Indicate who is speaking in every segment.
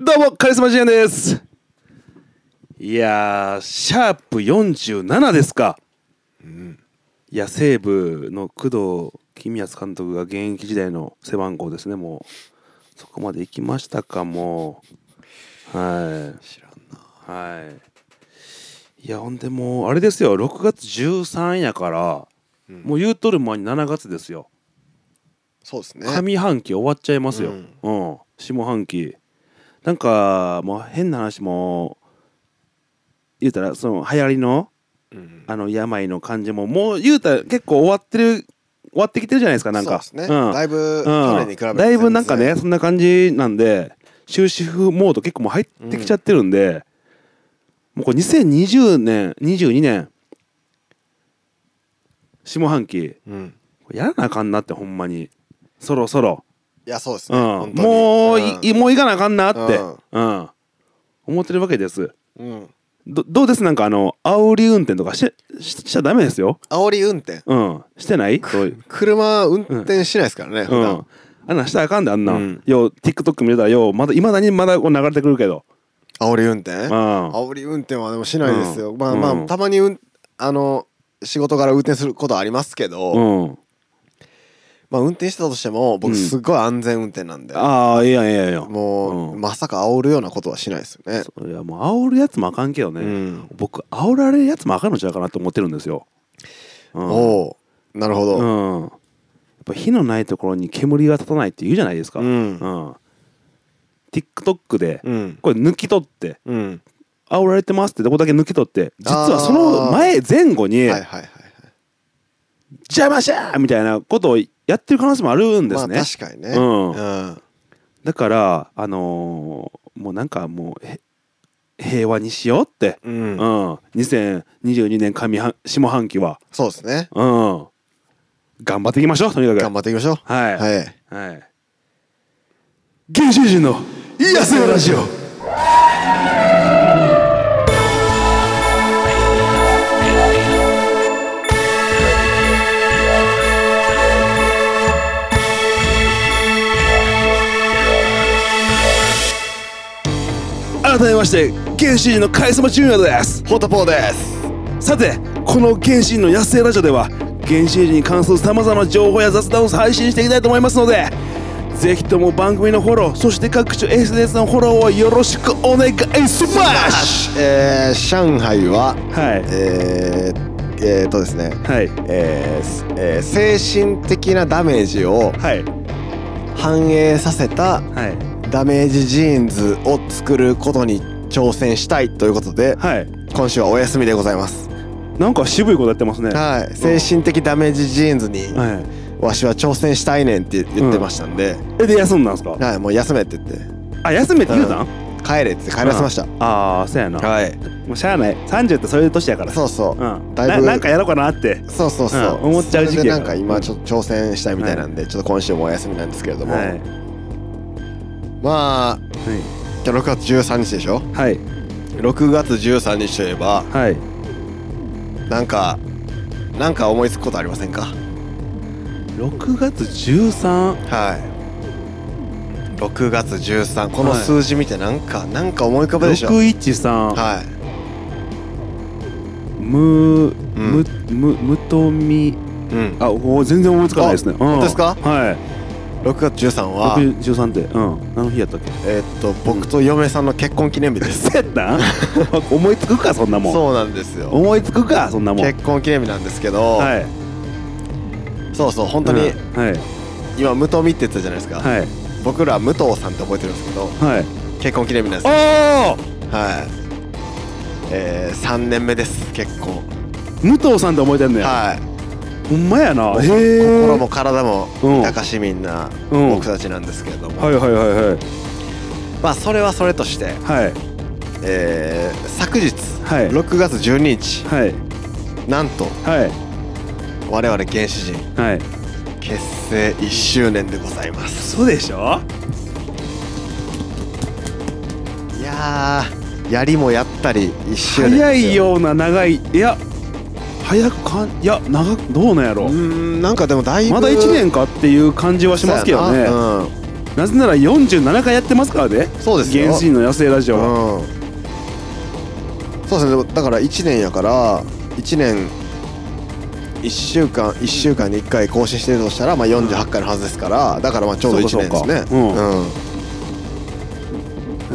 Speaker 1: どうもカリスマジエンですいやーシャープ47ですか、いや西武の工藤公康監督が現役時代の背番号ですねもうそこまで行きましたかもうはい
Speaker 2: 知らんな
Speaker 1: はいいやほんでもうあれですよ6月13やから、もう言うとる前に7月ですよ
Speaker 2: そうですね
Speaker 1: 上半期終わっちゃいますよ、
Speaker 2: うん
Speaker 1: うん下半期なんかもう変な話も言うたらその流行りの
Speaker 2: うん
Speaker 1: あの病の感じももう言うたら結構終わってる終わってきてるじゃないですかなんか
Speaker 2: そうですね、
Speaker 1: うん
Speaker 2: だいぶ去
Speaker 1: う
Speaker 2: 年
Speaker 1: ん
Speaker 2: に比べて、
Speaker 1: だいぶなんかねそんな感じなんで終止符モード結構もう入ってきちゃってるんで、もうこれ2020年22年下半期
Speaker 2: うん
Speaker 1: やらなあかんなってほんまにそろそろ。
Speaker 2: いやそうですね、
Speaker 1: う
Speaker 2: 本
Speaker 1: ん、
Speaker 2: 当に
Speaker 1: もうい、
Speaker 2: ん
Speaker 1: もう行かなあかんなって、
Speaker 2: うん
Speaker 1: うん思ってるわけです
Speaker 2: うん
Speaker 1: どどうですなんかあの煽り運転とかしししちゃダメですよ、
Speaker 2: 煽り運転
Speaker 1: うん、してないそういう、
Speaker 2: 車運転しないですからね、
Speaker 1: う
Speaker 2: 普段
Speaker 1: ん、あんなんしたらあかんであんな、
Speaker 2: うん
Speaker 1: よう TikTok 見れたらようまだいまだにまだこう流れてくるけど、
Speaker 2: 煽り運転
Speaker 1: うん、あ
Speaker 2: 煽り運転はでもしないですよ、
Speaker 1: うん
Speaker 2: まあまあ、
Speaker 1: うん
Speaker 2: たまにうんあの仕事から運転することはありますけど、
Speaker 1: うん
Speaker 2: まあ運転してたとしても
Speaker 1: う
Speaker 2: 僕
Speaker 1: ん
Speaker 2: すっごい安全運転なんで、
Speaker 1: ああいやいやいや
Speaker 2: もう、
Speaker 1: うん
Speaker 2: まさか煽るようなことはしないですよね
Speaker 1: いやもう煽るやつもあかんけどね、
Speaker 2: うん
Speaker 1: 僕煽られるやつもあかんのちゃうかなと思ってるんですよ、うん、
Speaker 2: おおうなるほど、
Speaker 1: うん、やっぱ火のないところに煙が立たないって言うじゃないですか、
Speaker 2: うん
Speaker 1: うん、TikTok で
Speaker 2: うん
Speaker 1: これ抜き取って
Speaker 2: うん
Speaker 1: 煽られてますってとこだけ抜き取って実は
Speaker 2: あー
Speaker 1: その前前後に
Speaker 2: はいはいはいはい
Speaker 1: 邪魔しゃーみたいなことをやってる可能性もあるんですね、
Speaker 2: まあ確かにね
Speaker 1: うん
Speaker 2: うん
Speaker 1: だからあのーもうなんかもうへ平和にしようって、
Speaker 2: う
Speaker 1: うん
Speaker 2: ん
Speaker 1: 2022年上半下半期は、
Speaker 2: そうですね
Speaker 1: うん、頑張っていきましょうとにかく
Speaker 2: 頑張っていきましょう
Speaker 1: はい
Speaker 2: はい
Speaker 1: はい。原始人の
Speaker 2: いやそうラジオ
Speaker 1: 改めまして原始人のカリスマジュニアです
Speaker 2: ホタポーです
Speaker 1: さてこの原始人の野生ラジオでは原始人に関するさまざまな情報や雑談を配信していきたいと思いますのでぜひとも番組のフォローそして各種 SNS のフォローをよろしくお願いします
Speaker 2: えー上海
Speaker 1: は
Speaker 2: は
Speaker 1: い
Speaker 2: えーえーとですね
Speaker 1: はい
Speaker 2: えーすえー精神的なダメージを
Speaker 1: はい
Speaker 2: 反映させ
Speaker 1: は
Speaker 2: た
Speaker 1: い
Speaker 2: ダメージジーンズを作ることに挑戦したいということで
Speaker 1: はい
Speaker 2: 今週はお休みでございます
Speaker 1: なんか渋いことやってますねは
Speaker 2: はい精神的ダメージジーンズにわしは挑戦したいねんって言ってましたんで、
Speaker 1: いえで休んだんすか
Speaker 2: はいもう休めって言って
Speaker 1: あ休めって言うたん
Speaker 2: 帰れって帰らせました
Speaker 1: ああそうやな
Speaker 2: はい
Speaker 1: もうしゃあない30ってそういう年やから
Speaker 2: そうそううんだいぶ
Speaker 1: ななんかやろうかなって
Speaker 2: そうそうそう
Speaker 1: うん思っちゃう時期
Speaker 2: それで
Speaker 1: や
Speaker 2: な
Speaker 1: から
Speaker 2: んか今ちょっと挑戦したいみたいなんでちょっと今週もお休みなんですけれども
Speaker 1: はい
Speaker 2: まあ今日6月13日でしょ
Speaker 1: はい
Speaker 2: 6月13日といえば
Speaker 1: はい
Speaker 2: なんかなんか思いつくことありませんか
Speaker 1: 6月 13?
Speaker 2: はい6月13この
Speaker 1: はい
Speaker 2: 数字見てなんか、なんか思い浮かぶでしょ
Speaker 1: 613、
Speaker 2: は
Speaker 1: む、
Speaker 2: ん
Speaker 1: むむむとみ
Speaker 2: い、うん、
Speaker 1: あお全然思いつかないですね、うん、
Speaker 2: 本当ですか
Speaker 1: はい
Speaker 2: 6月13は
Speaker 1: 613ってうん何の日やったっけ
Speaker 2: えーっと僕と嫁さんの結婚記念日です
Speaker 1: そうや ったん思いつくかそんなもん
Speaker 2: そうなんですよ
Speaker 1: 思いつくかそんなもん
Speaker 2: 結婚記念日なんですけど、
Speaker 1: はい
Speaker 2: そうそう本当に、
Speaker 1: うんはい
Speaker 2: 今武藤美って言ってたじゃないですか、
Speaker 1: はい
Speaker 2: 僕ら武藤さんって覚えてるんですけど
Speaker 1: はい
Speaker 2: 結婚記念日なんですよ
Speaker 1: ああ
Speaker 2: はいえー、3年目です結婚
Speaker 1: 武藤さんって覚えてんねや
Speaker 2: はい
Speaker 1: ほんまやなへえ
Speaker 2: 心も体も
Speaker 1: うん
Speaker 2: 豊かしみんな
Speaker 1: うん
Speaker 2: 僕たちなんですけれども、
Speaker 1: はいはいはいはい
Speaker 2: まあそれはそれとして、
Speaker 1: はい
Speaker 2: えー昨日、
Speaker 1: はい
Speaker 2: 6月12日
Speaker 1: はい
Speaker 2: なんと
Speaker 1: はい
Speaker 2: 我々原始人
Speaker 1: はい
Speaker 2: 結成1周年でございます
Speaker 1: そうでしょ
Speaker 2: いやーやりもやったり1周年です
Speaker 1: 早いような長いいや早くかんいや長くどうなんや
Speaker 2: う
Speaker 1: ろ
Speaker 2: ーんなんかでもだいぶ
Speaker 1: まだ1年かっていう感じはしますけどね
Speaker 2: そうやなうん
Speaker 1: なぜなら47回やってますからね
Speaker 2: そうですよ
Speaker 1: 原始人の野生ラジオは、
Speaker 2: うんそうですねでもだから1年やから1年1週間1週間に1回更新してるとしたら、まあ、48回のはずですからだからまあちょうど1
Speaker 1: そうか
Speaker 2: 年ですね
Speaker 1: そうか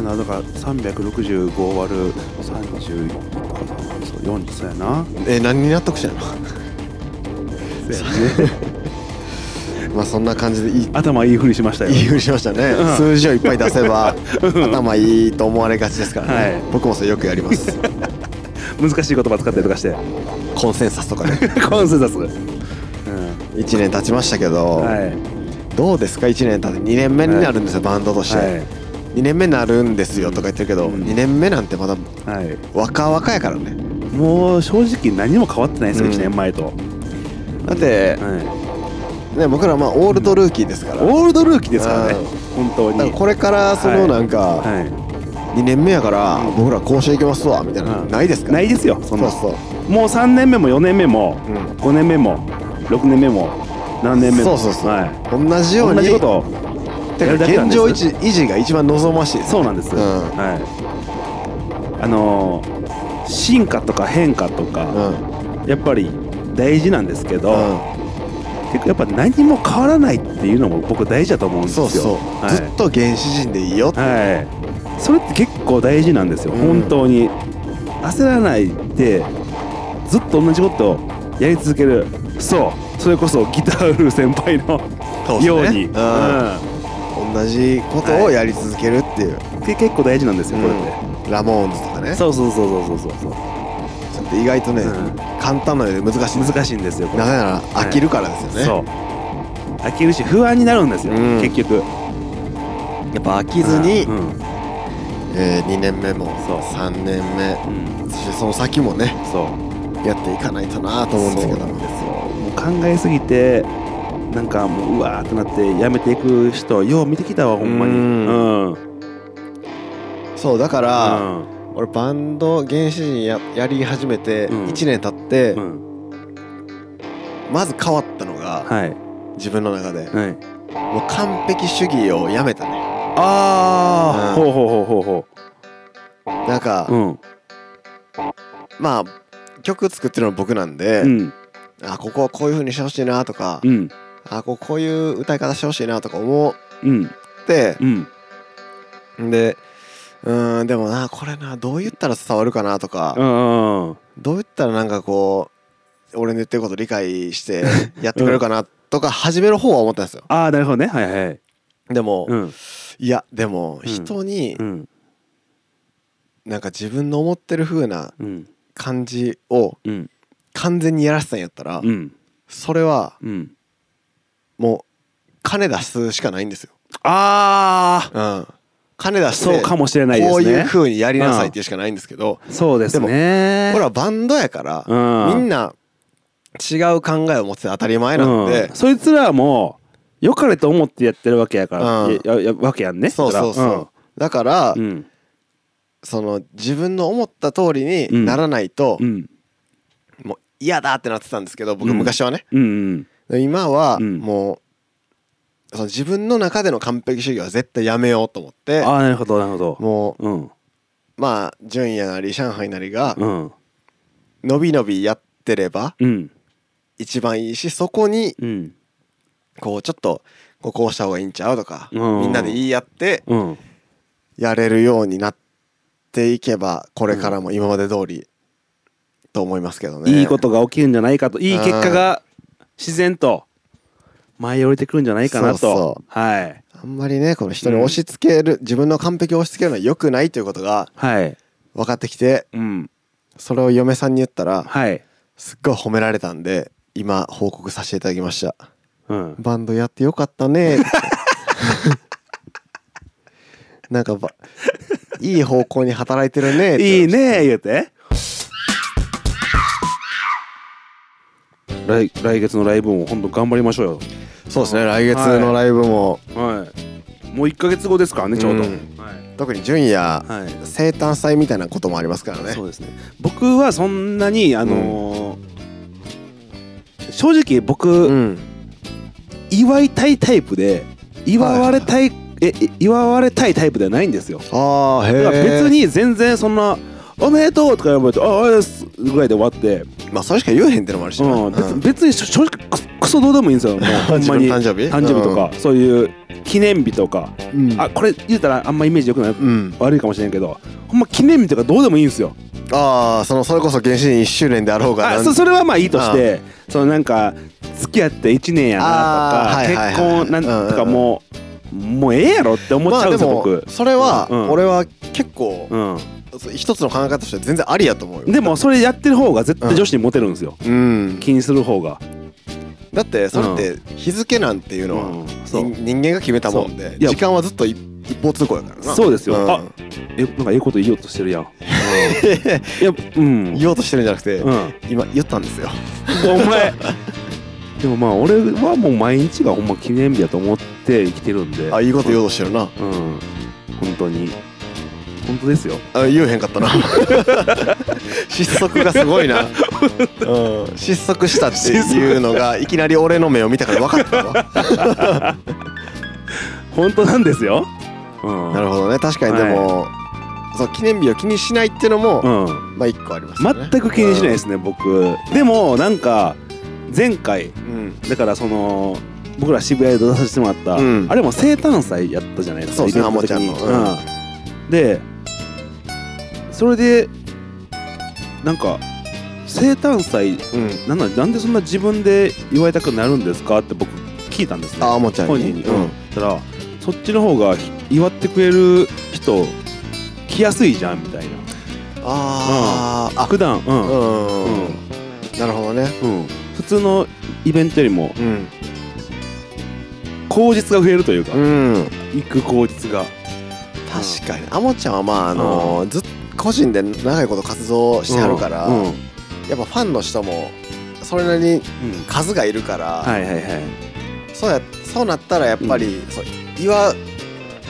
Speaker 2: うん
Speaker 1: なんだから365割る30そう40そうやな
Speaker 2: え何に納得したの まあそんな感じでいい
Speaker 1: 頭いいふりしましたよ
Speaker 2: いいふりしましたね
Speaker 1: うん
Speaker 2: 数字をいっぱい出せば頭いいと思われがちですからね、
Speaker 1: はい
Speaker 2: 僕もそれよくやります
Speaker 1: 難しい言葉使ったりとかして
Speaker 2: コンセンサスとかね
Speaker 1: コンセンサス、うん
Speaker 2: 1年経ちましたけど、
Speaker 1: はい
Speaker 2: どうですか1年経って2年目になるんですよ、バンドとして、
Speaker 1: は
Speaker 2: 2年目になるんですよとか言ってるけど、
Speaker 1: うん
Speaker 2: 2年目なんてまだ
Speaker 1: い、はい、
Speaker 2: 若々やからね
Speaker 1: もう正直何も変わってないですよ、
Speaker 2: うん
Speaker 1: 1年前と、
Speaker 2: だって、
Speaker 1: はい、
Speaker 2: ね、僕らまあオールドルーキーですから、だ
Speaker 1: オールドルーキーですからね本当
Speaker 2: から
Speaker 1: に
Speaker 2: これからそ
Speaker 1: は
Speaker 2: の
Speaker 1: い
Speaker 2: なんか
Speaker 1: は
Speaker 2: 2年目やから僕らこうしていきますわみたいなの
Speaker 1: うん
Speaker 2: ないですか
Speaker 1: い、な
Speaker 2: ら
Speaker 1: いですよそ
Speaker 2: そ
Speaker 1: んな
Speaker 2: うそう
Speaker 1: もう3年目も4年目も、
Speaker 2: うん
Speaker 1: 5年目も6年目も7年目も
Speaker 2: そうそうそう
Speaker 1: はい、
Speaker 2: 同じように
Speaker 1: 同じことを
Speaker 2: て
Speaker 1: や
Speaker 2: か
Speaker 1: るだけなん
Speaker 2: 現
Speaker 1: です
Speaker 2: 状維持維持が一番望ましいです
Speaker 1: そうなんです、
Speaker 2: うん
Speaker 1: はいあのー進化とか変化と
Speaker 2: う
Speaker 1: か、
Speaker 2: ん
Speaker 1: やっぱり大事なんですけど、
Speaker 2: う
Speaker 1: 結構やっぱ何も変わらないっていうのも僕大事だと思うん
Speaker 2: ん
Speaker 1: です
Speaker 2: そ
Speaker 1: よ
Speaker 2: うそう、ずっ
Speaker 1: は
Speaker 2: と原始人でいいよ、
Speaker 1: い、はい、それって結構大事なんですよ、
Speaker 2: うん
Speaker 1: 本当に焦らないでずっと同じことをやり続けるそうそれこそギターウルフ先輩の
Speaker 2: そうですね
Speaker 1: ようにう
Speaker 2: うん
Speaker 1: ん
Speaker 2: 同じことをやり続けるっていう、
Speaker 1: け結構大事なんですよ、これって
Speaker 2: うんラモーンズとかね
Speaker 1: そうそうそうそうそうそう
Speaker 2: ちょっと意外とね、
Speaker 1: うん
Speaker 2: 簡単なので難しいです
Speaker 1: 難しいんですよこれ
Speaker 2: なぜなら飽きるからですよね、
Speaker 1: そう飽きるし不安になるんですよ、
Speaker 2: うん
Speaker 1: 結局
Speaker 2: やっぱ飽きずに、
Speaker 1: うんうん
Speaker 2: え2年目も
Speaker 1: そう
Speaker 2: 3年目そしてその先もね
Speaker 1: そう
Speaker 2: やっていかないとなと思うんですけど
Speaker 1: そうなんですよもう考えすぎてなんかもううわーってなってやめていく人よう見てきたわほんまに
Speaker 2: う
Speaker 1: うんん、うん、
Speaker 2: そうだから、
Speaker 1: あ
Speaker 2: 俺バンド原始人ややり始めて
Speaker 1: うん
Speaker 2: 1年経って、
Speaker 1: うん
Speaker 2: まず変わったのが、
Speaker 1: はい
Speaker 2: 自分の中で
Speaker 1: はい
Speaker 2: もう完璧主義をやめたね
Speaker 1: ああ、
Speaker 2: うん
Speaker 1: ほうほうほうほ
Speaker 2: なんか、
Speaker 1: うほううん
Speaker 2: まあ曲作ってるのは僕なんで、
Speaker 1: うん
Speaker 2: あここはこういう風にしてほしいなとか、
Speaker 1: うん
Speaker 2: あこここういう歌い方してほしいなとか思っ
Speaker 1: うん
Speaker 2: て
Speaker 1: う、ん
Speaker 2: でうーんでもなこれなどう言ったら伝わるかなとか、
Speaker 1: うんうん
Speaker 2: どう言ったらなんかこう俺の言ってること理解してやってくれるかなとか始める方は思ったんですよ。
Speaker 1: ああなるほどねはいはい
Speaker 2: でも、
Speaker 1: うん
Speaker 2: いやでも
Speaker 1: うん
Speaker 2: 人に
Speaker 1: うん
Speaker 2: なんか自分の思ってる風な
Speaker 1: うん
Speaker 2: 感じを
Speaker 1: うん
Speaker 2: 完全にやらせたんやったら、
Speaker 1: うん
Speaker 2: それは
Speaker 1: うん
Speaker 2: もう金出すしかないんですよ。
Speaker 1: ああ
Speaker 2: うん、金出して
Speaker 1: そうかもしれないですね
Speaker 2: こういう風にやりなさいっていうしかないんですけど、
Speaker 1: そうですね
Speaker 2: ほらバンドやから、
Speaker 1: うん
Speaker 2: みんな違う考えを持つのは当たり前なんで、
Speaker 1: うんそいつらも良かれと思ってやってるわけやから、
Speaker 2: うん
Speaker 1: いやいやわけやんね
Speaker 2: そうそうそう、だから、
Speaker 1: そらうん
Speaker 2: その自分の思った通り
Speaker 1: うん
Speaker 2: にならないと、
Speaker 1: うん
Speaker 2: もう嫌だってなってたんですけど僕
Speaker 1: うん
Speaker 2: 昔はね、
Speaker 1: うんうん
Speaker 2: で今は
Speaker 1: うん
Speaker 2: もうその自分の中での完璧主義は絶対やめようと思って
Speaker 1: ああなるほどなるほど
Speaker 2: も
Speaker 1: うん
Speaker 2: うまあ純也なり上海なりが
Speaker 1: うん
Speaker 2: のびのびやってれば
Speaker 1: うん
Speaker 2: 一番いいしそこに
Speaker 1: うん
Speaker 2: こうちょっとこうこうした方がいいんちゃうとか、
Speaker 1: うん
Speaker 2: みんなで言い合って
Speaker 1: うん
Speaker 2: やれるようになっていけばこれからも今まで通りと思いますけどね。
Speaker 1: いいことが起きるんじゃないかといい結果が自然と舞い降りてくるんじゃないかなと
Speaker 2: そうそう
Speaker 1: はい
Speaker 2: あんまりねこの人に押し付ける、自分の完璧を押し付けるのは良くないということが
Speaker 1: はい
Speaker 2: 分かってきて
Speaker 1: うん
Speaker 2: それを嫁さんに言ったら
Speaker 1: はい
Speaker 2: すっごい褒められたんで今報告させていただきました。
Speaker 1: うん
Speaker 2: バンドやってよかっ たねってなんかばいい方向に働いてるねって
Speaker 1: いいね言うて来来月のライブも本当頑張りましょうよ
Speaker 2: そうですね来月のライブも、
Speaker 1: はい。もう一ヶ月後ですからね、ちょうど。
Speaker 2: うん
Speaker 1: はい。
Speaker 2: 特に純也
Speaker 1: はい。
Speaker 2: 生誕祭みたいなこともありますからね
Speaker 1: そうですね。僕はそんなに、あのー。正直、僕、
Speaker 2: ん
Speaker 1: 祝いたいタイプで。祝われたいえい祝われたいタイプではないんですよ
Speaker 2: ああへ
Speaker 1: だ
Speaker 2: え
Speaker 1: から別に全然そんな「おめでとう」とか呼ばれて「ああありがとうございます」ぐらいで終わって、
Speaker 2: まあそれしか言えへんってのもあるしな
Speaker 1: うん、別
Speaker 2: うん
Speaker 1: 別にしょ正直クソクソどうでもいいんですよもうほんまに
Speaker 2: 自分の誕生日
Speaker 1: 誕生日とか、そういう記念日とか、
Speaker 2: うん
Speaker 1: あこれ言うたらあんまイメージ良くない、
Speaker 2: うん
Speaker 1: 悪いかもしれんけどほんま記念日とかどうでもいいんですよ
Speaker 2: ああそのそれこそ原始人1周年であろうが
Speaker 1: あ
Speaker 2: なん
Speaker 1: そそれはまあいいとしてそのなんか付き合って1年やな
Speaker 2: あ
Speaker 1: と
Speaker 2: ーは
Speaker 1: か
Speaker 2: いはい
Speaker 1: 結
Speaker 2: はい
Speaker 1: 婚なん
Speaker 2: うん
Speaker 1: とかもうもうええやろって思っち
Speaker 2: ま
Speaker 1: ゃう
Speaker 2: あ
Speaker 1: ん
Speaker 2: で
Speaker 1: ですよ
Speaker 2: も
Speaker 1: 僕
Speaker 2: それは
Speaker 1: うん
Speaker 2: 俺は結構
Speaker 1: うん
Speaker 2: 一つの考え方として全然ありやと思うよ
Speaker 1: でもそれやってる方が絶対女子にモテるんですよ
Speaker 2: うん
Speaker 1: 気にする方が
Speaker 2: だってそれって日付なんていうのは
Speaker 1: うん
Speaker 2: 人
Speaker 1: そう
Speaker 2: 人間が決めたもんで
Speaker 1: そういや
Speaker 2: 時間はずっと一一方通行やからな
Speaker 1: そうですよ
Speaker 2: ん
Speaker 1: あえなんかええこと言おうとしてるやんいやうん
Speaker 2: 言おうとしてるんじゃなくて
Speaker 1: うん
Speaker 2: 今言ったんですよ
Speaker 1: お前 でもまあ俺はもう毎日がほんま記念日だと思って生きてるんで
Speaker 2: あいいこと言おうとしてるな
Speaker 1: うん本当に本当ですよ
Speaker 2: あ言えへん かったな失速がすごいな、うん、失速したっていうのがいきなり俺の目を見たから分かったわ
Speaker 1: 本当なんですようん
Speaker 2: なるほどね確かにでも、そう記念日を気にしないっていうのも、
Speaker 1: うん
Speaker 2: まあ一個ありますよね
Speaker 1: 全く気にしないですね、僕でもなんか前回
Speaker 2: うん、
Speaker 1: だからその僕ら渋谷で出させてもらった、
Speaker 2: うん
Speaker 1: あれも生誕祭やったじゃないですか
Speaker 2: そうですね
Speaker 1: イベント的に
Speaker 2: あもちゃんの
Speaker 1: うんでそれでなんか生誕祭
Speaker 2: うん、
Speaker 1: なんなんなんでそんな自分で祝いたくなるんですかって僕聞いたんですね
Speaker 2: ああもちゃん
Speaker 1: 本
Speaker 2: に
Speaker 1: 人に、
Speaker 2: うん
Speaker 1: うん、そしたらそっちの方が祝ってくれる人来やすいじゃんみたいな
Speaker 2: あー、あ
Speaker 1: 普段うん
Speaker 2: うん、
Speaker 1: うん
Speaker 2: なるほどね
Speaker 1: うん、普通のイベントよりも
Speaker 2: うん、
Speaker 1: 口実が増えるというか、
Speaker 2: うん、
Speaker 1: 行く口実が
Speaker 2: 確かにあもちゃんはまああのーずっと個人で長いこと活動してはるから、
Speaker 1: うんうん
Speaker 2: やっぱファンの人もそれなりに数がいるから、
Speaker 1: はいはいはい
Speaker 2: そうやそうなったらやっぱり、そう祝う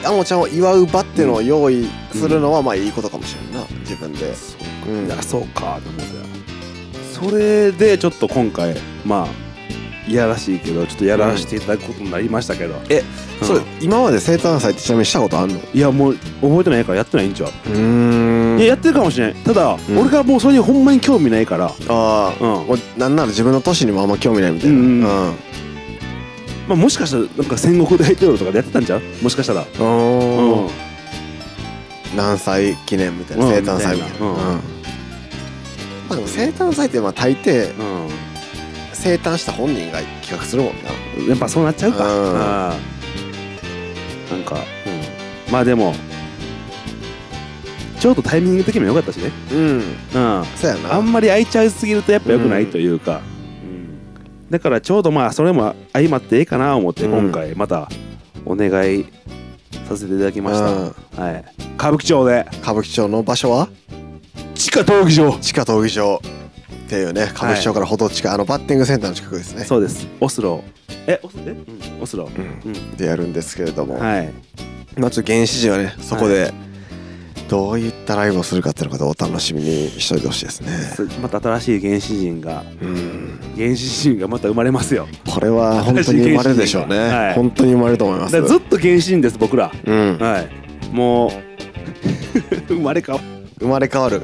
Speaker 2: あもちゃんを祝う場っていうのを用意するのはまあいいことかもしれないな自分で、
Speaker 1: そう
Speaker 2: うん
Speaker 1: か、そうかと思ってそれでちょっと今回まあいやらしいけどちょっとやらせていただくことになりましたけど、え
Speaker 2: それ今まで生誕祭ってちなみにしたことあんの
Speaker 1: いやもう覚えてないからやってないんちゃう、
Speaker 2: うん
Speaker 1: いややってるかもしれないただ、
Speaker 2: ん
Speaker 1: 俺がもうそれにほんまに興味ないから、
Speaker 2: ああ、
Speaker 1: うん
Speaker 2: もうなんなら自分の年にもあんま興味ないみたいな
Speaker 1: う
Speaker 2: うんん、
Speaker 1: まあ、もしかしたらなんか戦国大統領とかでやってたんちゃうもしかしたら
Speaker 2: うん
Speaker 1: うん
Speaker 2: 何歳記念みたいな
Speaker 1: うん
Speaker 2: 生誕祭みたい
Speaker 1: み
Speaker 2: な、う
Speaker 1: たい
Speaker 2: ん
Speaker 1: なうん
Speaker 2: まあでも生誕祭ってまあ大抵
Speaker 1: うん
Speaker 2: 生誕した本人が企画するもんな
Speaker 1: やっぱそうなっちゃうか、
Speaker 2: うん
Speaker 1: ああなんか、まあでもちょっとタイミング的にも良かったしね、
Speaker 2: うん
Speaker 1: うん、あ
Speaker 2: そうやなん
Speaker 1: まり空いちゃいすぎるとやっぱ良くないというか、だからちょうどまあそれも相まっていいかなと思って
Speaker 2: うん
Speaker 1: 今回またお願いさせていただきました、
Speaker 2: うん
Speaker 1: はい、歌舞伎町で
Speaker 2: 歌舞伎町の場所は
Speaker 1: 地下闘技場
Speaker 2: 地下闘技場っていうね歌舞伎町からほど近い、あのバッティングセンターの近くですね
Speaker 1: そうですオスロえオスえ、うん、オスロ、
Speaker 2: うん
Speaker 1: うん
Speaker 2: でやるんですけれども、
Speaker 1: はい
Speaker 2: まあちょっと原始人はねそこでどういったライブをするかっていうのをお楽しみにしといてほしいですね
Speaker 1: また新しい原始人が
Speaker 2: うん
Speaker 1: 原始人がまた生まれますよ
Speaker 2: これは本当に生まれるでしょうね、
Speaker 1: 新しい原始人がはい
Speaker 2: 本当に生まれると思いま
Speaker 1: だ
Speaker 2: す
Speaker 1: からずっと原始人です僕ら
Speaker 2: うん、
Speaker 1: はいもう 生まれ変わ
Speaker 2: 生まれ変わる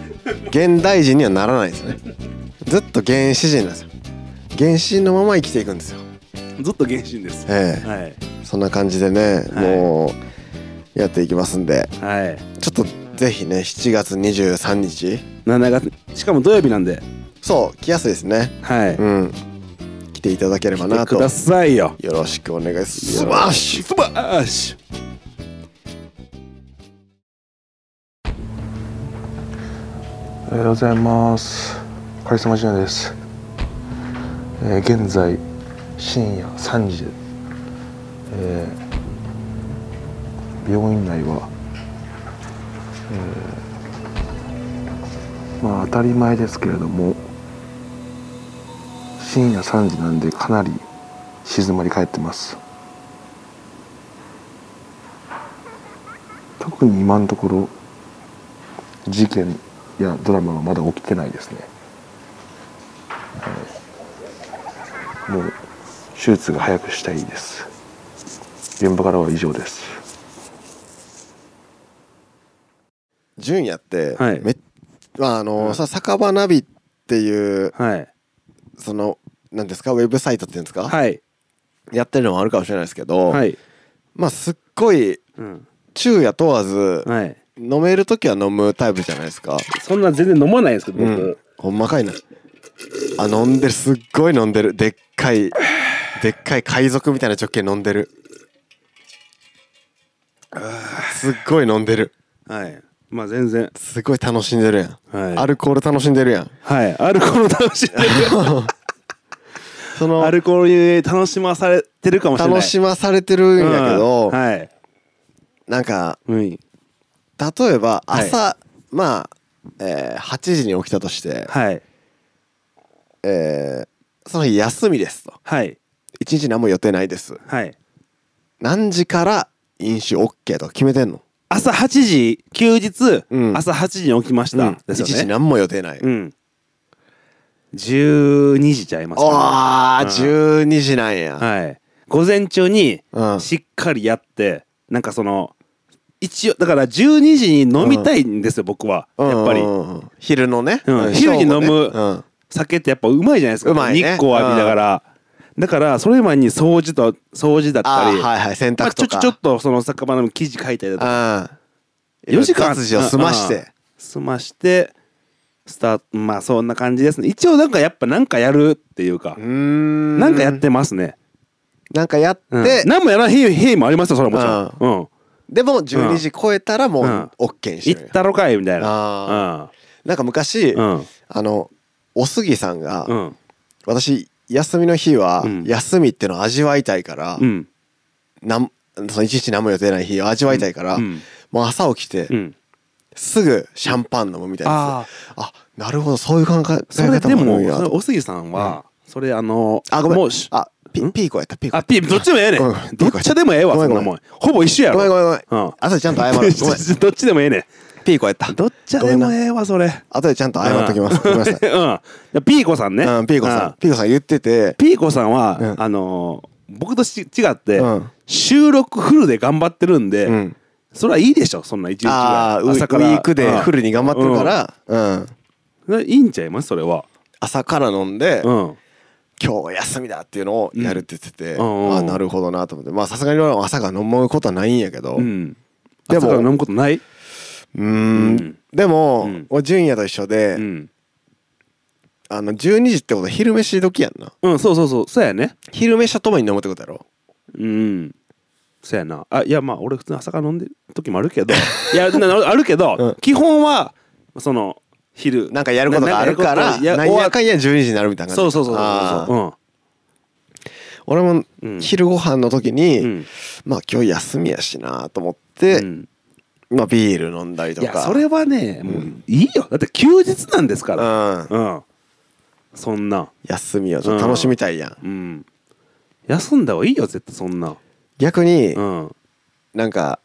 Speaker 2: 現代人にはならないですねずっと原始人なんですよ原始人のまま生きていくんですよ
Speaker 1: ずっと原始人です
Speaker 2: ええ
Speaker 1: はい
Speaker 2: そんな感じでね、
Speaker 1: はい
Speaker 2: もうやっていきますんで
Speaker 1: はい
Speaker 2: ちょっとぜひね7月23日
Speaker 1: 7月しかも土曜日なんで
Speaker 2: そう来やすいですね
Speaker 1: はい
Speaker 2: うん来ていただければ
Speaker 1: 来て
Speaker 2: な
Speaker 1: く
Speaker 2: と
Speaker 1: だ
Speaker 2: よ
Speaker 1: さいよ
Speaker 2: ろしくお願いしますスマッシュ
Speaker 1: スマッシュ
Speaker 3: おはようございますカリスマジュニアです、えー現在深夜3時です、えー病院内は、えーまあ当たり前ですけれども深夜3時なんでかなり静まり返ってます特に今のところ事件やドラマがまだ起きてないですね、はいもう手術が早くしたいです現場からは以上です
Speaker 2: 純也って、
Speaker 1: はい
Speaker 2: めっまああの、
Speaker 1: うん
Speaker 2: さ酒場ナビっていう
Speaker 1: はい
Speaker 2: そのなんですかウェブサイトっていうんですか、
Speaker 1: はい
Speaker 2: やってるのもあるかもしれないですけど、
Speaker 1: はい
Speaker 2: まあすっごい
Speaker 1: うん
Speaker 2: 昼夜問わず
Speaker 1: はい
Speaker 2: 飲める時は飲むタイプじゃないですか、
Speaker 1: そんな全然飲まないんですけど
Speaker 2: う
Speaker 1: 僕、
Speaker 2: ん、ほんまかいなあ飲んでるすっごい飲んでるでっかいでっかい海賊みたいな直径飲んでるすっごい飲んでる
Speaker 1: はいまあ全然
Speaker 2: すごい楽しんでるやん、
Speaker 1: はい
Speaker 2: アルコール楽しんでるやん
Speaker 1: はいアルコール楽しんでる
Speaker 2: その
Speaker 1: アルコールに楽しまされてるかもしれない
Speaker 2: 楽しまされてるん
Speaker 1: む
Speaker 2: やけど、
Speaker 1: はい
Speaker 2: なんか
Speaker 1: うん
Speaker 2: 例えば
Speaker 1: はい
Speaker 2: 朝、まあ、えー8時に起きたとして、
Speaker 1: はい
Speaker 2: えーその日休みですと
Speaker 1: はい
Speaker 2: 一日何も予定ないです
Speaker 1: はい
Speaker 2: 何時から飲酒 OK とか決めてんの
Speaker 1: 朝8時休日、
Speaker 2: うん
Speaker 1: 朝8時に起きました、
Speaker 2: うん
Speaker 1: ですよね
Speaker 2: 一時何も予定ない、
Speaker 1: うん12時ちゃいますか
Speaker 2: ああ、
Speaker 1: う
Speaker 2: 12時なんや、
Speaker 1: ねはい午前中に
Speaker 2: うん
Speaker 1: しっかりやってなんかその一応だから12時に飲みたいんですよ、僕は
Speaker 2: うん
Speaker 1: やっぱり
Speaker 2: うんうん昼のね、
Speaker 1: うん
Speaker 2: うん
Speaker 1: 昼に飲む
Speaker 2: 正午ねうん
Speaker 1: 酒ってやっぱうまいじゃないですか
Speaker 2: うまいね
Speaker 1: 日光浴びながらだからそれ前に掃除と掃除だった
Speaker 2: あー
Speaker 1: り
Speaker 2: はいはい洗
Speaker 1: まあ
Speaker 2: 濯
Speaker 1: ちょ
Speaker 2: と
Speaker 1: ち
Speaker 2: か、
Speaker 1: ょちょっとその酒場の記事書いたりだとか
Speaker 2: うん
Speaker 1: 4時間
Speaker 2: 活字を済まし
Speaker 1: うんうん
Speaker 2: て
Speaker 1: 済ましてスタートまあそんな感じですね一応なんかやっぱなんかやるっていうか
Speaker 2: うーん
Speaker 1: なんかやってますね
Speaker 2: なんかやって、
Speaker 1: うん何もやらへん日もありますよそれはもちろんうん
Speaker 2: でも12時超えたらもううん OK にして
Speaker 1: 行
Speaker 2: るん
Speaker 1: っ
Speaker 2: や
Speaker 1: たろかいみたい
Speaker 2: あ
Speaker 1: な
Speaker 2: なんか昔、
Speaker 1: うんうん
Speaker 2: あのおすぎさんが、
Speaker 1: うん
Speaker 2: 私休みの日は
Speaker 1: うん
Speaker 2: 休みってのを味わいたいから、
Speaker 1: うん
Speaker 2: なんその一日何も予定ない日を味わいたいから、
Speaker 1: うん
Speaker 2: もう朝起きて、
Speaker 1: うん
Speaker 2: すぐシャンパン飲むみたいなやつあなるほどそういう考え考
Speaker 1: そ
Speaker 2: え
Speaker 1: れ
Speaker 2: 方
Speaker 1: で
Speaker 2: も
Speaker 1: も
Speaker 2: あるんや
Speaker 1: それお杉さんはそれあの
Speaker 2: あごめん
Speaker 1: もうし
Speaker 2: あピ
Speaker 1: ん
Speaker 2: ピーコやったピーコ
Speaker 1: あピーどっちでもええね
Speaker 2: ごめ
Speaker 1: ん
Speaker 2: ん
Speaker 1: どっちでもええわ
Speaker 2: ご
Speaker 1: そ
Speaker 2: めん
Speaker 1: んなもんほぼ一緒や
Speaker 2: ご
Speaker 1: ろ
Speaker 2: めんごめんごめん
Speaker 1: うん
Speaker 2: 後でちゃ んと謝るごめん
Speaker 1: どっちでもええねん
Speaker 2: ピーコやった
Speaker 1: どっちでもええわそれ
Speaker 2: 後でちゃんと謝っときますごめんなさい、
Speaker 1: うん、ピーコさんね、
Speaker 2: うん、ピーコさ
Speaker 1: うん
Speaker 2: ピーコさん言ってて
Speaker 1: ピーコさんは、
Speaker 2: うん
Speaker 1: あのー僕とし違って、
Speaker 2: うん
Speaker 1: 収録フルで頑張ってるんで、
Speaker 2: うん
Speaker 1: それはいいでしょそんな一日
Speaker 2: あ
Speaker 1: は
Speaker 2: ーウィウ
Speaker 1: 朝から
Speaker 2: ィークでフルに頑張ってるか、ら、うん
Speaker 1: うんうんいいんちゃいますそれは、
Speaker 2: 朝から飲んで、
Speaker 1: うん、はい
Speaker 2: 今日休みだっていうのをやるって言ってて、
Speaker 1: うんうんうん
Speaker 2: あなるほどなと思ってまあさすがに俺は朝から飲むことはないんやけど、
Speaker 1: うん、
Speaker 2: でも
Speaker 1: 朝から飲むことない、
Speaker 2: うーん
Speaker 1: うん
Speaker 2: でも、
Speaker 1: うん
Speaker 2: 俺純也と一緒で、
Speaker 1: うん
Speaker 2: あの12時ってことは昼飯時やんな
Speaker 1: うん、そうそうそうそうやね
Speaker 2: 昼飯とともに飲むってことやろ
Speaker 1: うんそうやなあいやまあ俺普通に朝から飲んでる時もあるけ どいやなあるけど、
Speaker 2: うん
Speaker 1: 基本はその昼
Speaker 2: なんかやることがあるか
Speaker 1: な
Speaker 2: ら
Speaker 1: んやること
Speaker 2: 何
Speaker 1: いや
Speaker 2: やかんや12時になるみたいな感じ
Speaker 1: そうそうそうそう
Speaker 2: あ
Speaker 1: そう
Speaker 2: ー
Speaker 1: うん
Speaker 2: 俺も
Speaker 1: うん
Speaker 2: 昼ご飯の時に、
Speaker 1: うん
Speaker 2: まあ今日休みやしなと思って、
Speaker 1: うん
Speaker 2: まあビール飲んだりと
Speaker 1: い
Speaker 2: か
Speaker 1: やそれはねもういいよだって休日なんですから
Speaker 2: うん
Speaker 1: うんそんな
Speaker 2: 休みをちょっと楽しみたいやん、
Speaker 1: うん休んだ方がいいよ絶対そんな
Speaker 2: 逆に、
Speaker 1: うん
Speaker 2: なんか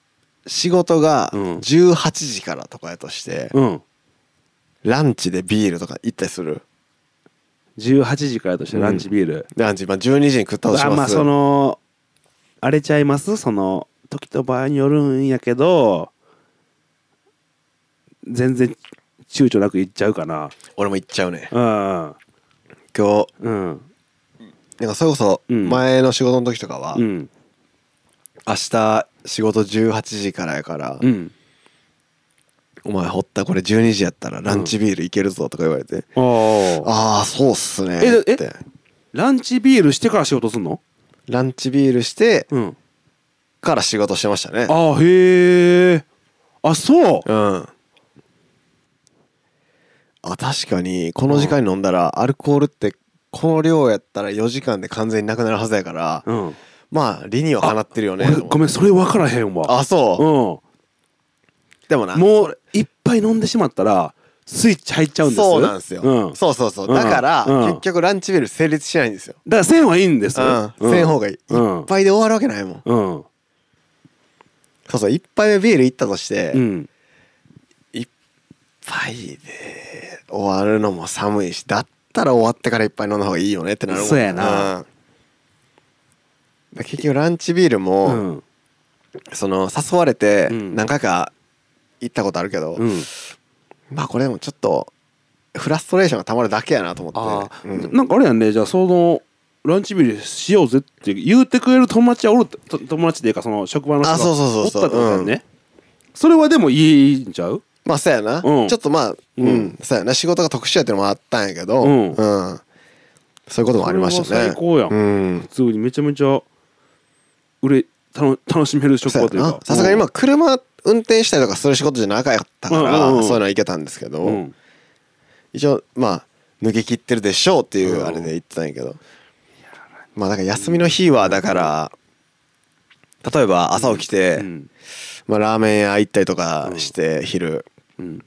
Speaker 2: 仕事が
Speaker 1: うん
Speaker 2: 18時からとかやとして、
Speaker 1: うん
Speaker 2: ランチでビールとか行ったりする
Speaker 1: 18時からとしてランチビール
Speaker 2: ランチ、まあ、12時に食ったとし
Speaker 1: あ
Speaker 2: ます
Speaker 1: まあそのあれちゃいますその時と場合によるんやけど全然躊躇なく行っちゃうかな
Speaker 2: 俺も行っちゃうね
Speaker 1: うん
Speaker 2: 今日
Speaker 1: うん
Speaker 2: なんかそれこそ
Speaker 1: うん
Speaker 2: 前の仕事の時とかは、
Speaker 1: うん
Speaker 2: 明日仕事18時からやから、
Speaker 1: うん
Speaker 2: お前堀田これ12時やったらランチビールいけるぞとか言われて、
Speaker 1: おー
Speaker 2: ああそうっすね
Speaker 1: え
Speaker 2: って
Speaker 1: えランチビールしてから仕事すんの
Speaker 2: ランチビールして
Speaker 1: うん
Speaker 2: から仕事してましたね
Speaker 1: あへえあそう
Speaker 2: うんあ確かにこの時間に飲んだらアルコールってこの量やったら4時間で完全になくなるはずやから、
Speaker 1: うん
Speaker 2: まあ理にはかなってるよね
Speaker 1: 俺ごめんそれ分からへんわ
Speaker 2: あそうう、
Speaker 1: ん
Speaker 2: でもな
Speaker 1: もういっぱい飲んでしまったらスイッチ入っちゃうんです
Speaker 2: そうなんですよ、
Speaker 1: うん
Speaker 2: そうそうそう
Speaker 1: うん
Speaker 2: だから、
Speaker 1: うん
Speaker 2: 結局ランチビール成立しないんですよ、
Speaker 1: だからせんはいいんです
Speaker 2: うん、せん方がいい、
Speaker 1: うん
Speaker 2: 一杯で終わるわけないもん
Speaker 1: うん
Speaker 2: そうそう一杯目ビールいったとして、
Speaker 1: うん
Speaker 2: 一杯で終わるのも寒いしだったら終わってから一杯飲んだ方がいいよねってなるもん
Speaker 1: そうやな
Speaker 2: うんだから結局ランチビール
Speaker 1: う
Speaker 2: も、
Speaker 1: ん
Speaker 2: その誘われて
Speaker 1: うん
Speaker 2: 何回か行ったことあるけど、
Speaker 1: うん、
Speaker 2: まあこれでもちょっとフラストレーションがたまるだけやなと思
Speaker 1: あ
Speaker 2: っ
Speaker 1: あ、
Speaker 2: て、うん
Speaker 1: なんかあれやんねじゃあそのランチビリしようぜって言うてくれる友達はおるってと友達っていうかその職場の人
Speaker 2: あそうそう
Speaker 1: が
Speaker 2: そ
Speaker 1: お
Speaker 2: う
Speaker 1: った
Speaker 2: そ
Speaker 1: って
Speaker 2: う
Speaker 1: ことやんねそれはでもいいんちゃう
Speaker 2: まあそうやな、
Speaker 1: うん
Speaker 2: ちょっとまあう、
Speaker 1: うんん
Speaker 2: そうやな仕事が特殊やってのもあったんやけど、
Speaker 1: うん
Speaker 2: そういうこともありました
Speaker 1: それは
Speaker 2: ね
Speaker 1: 最高やん
Speaker 2: うん
Speaker 1: 普通にめちゃめちゃ売れたの楽しめる職
Speaker 2: そう
Speaker 1: 場
Speaker 2: や
Speaker 1: というか
Speaker 2: なさすがに今車運転したりとかする仕事じゃなかったから、
Speaker 1: うんうんうん
Speaker 2: そういうのはいけたんですけど、
Speaker 1: うんうん
Speaker 2: 一応まあ抜け切ってるでしょうっていう
Speaker 1: うん
Speaker 2: あれで言ってたんやけど、まあだから休みの日はだから例えば朝起きて、
Speaker 1: うん
Speaker 2: まあ、ラーメン屋行ったりとかして昼
Speaker 1: うん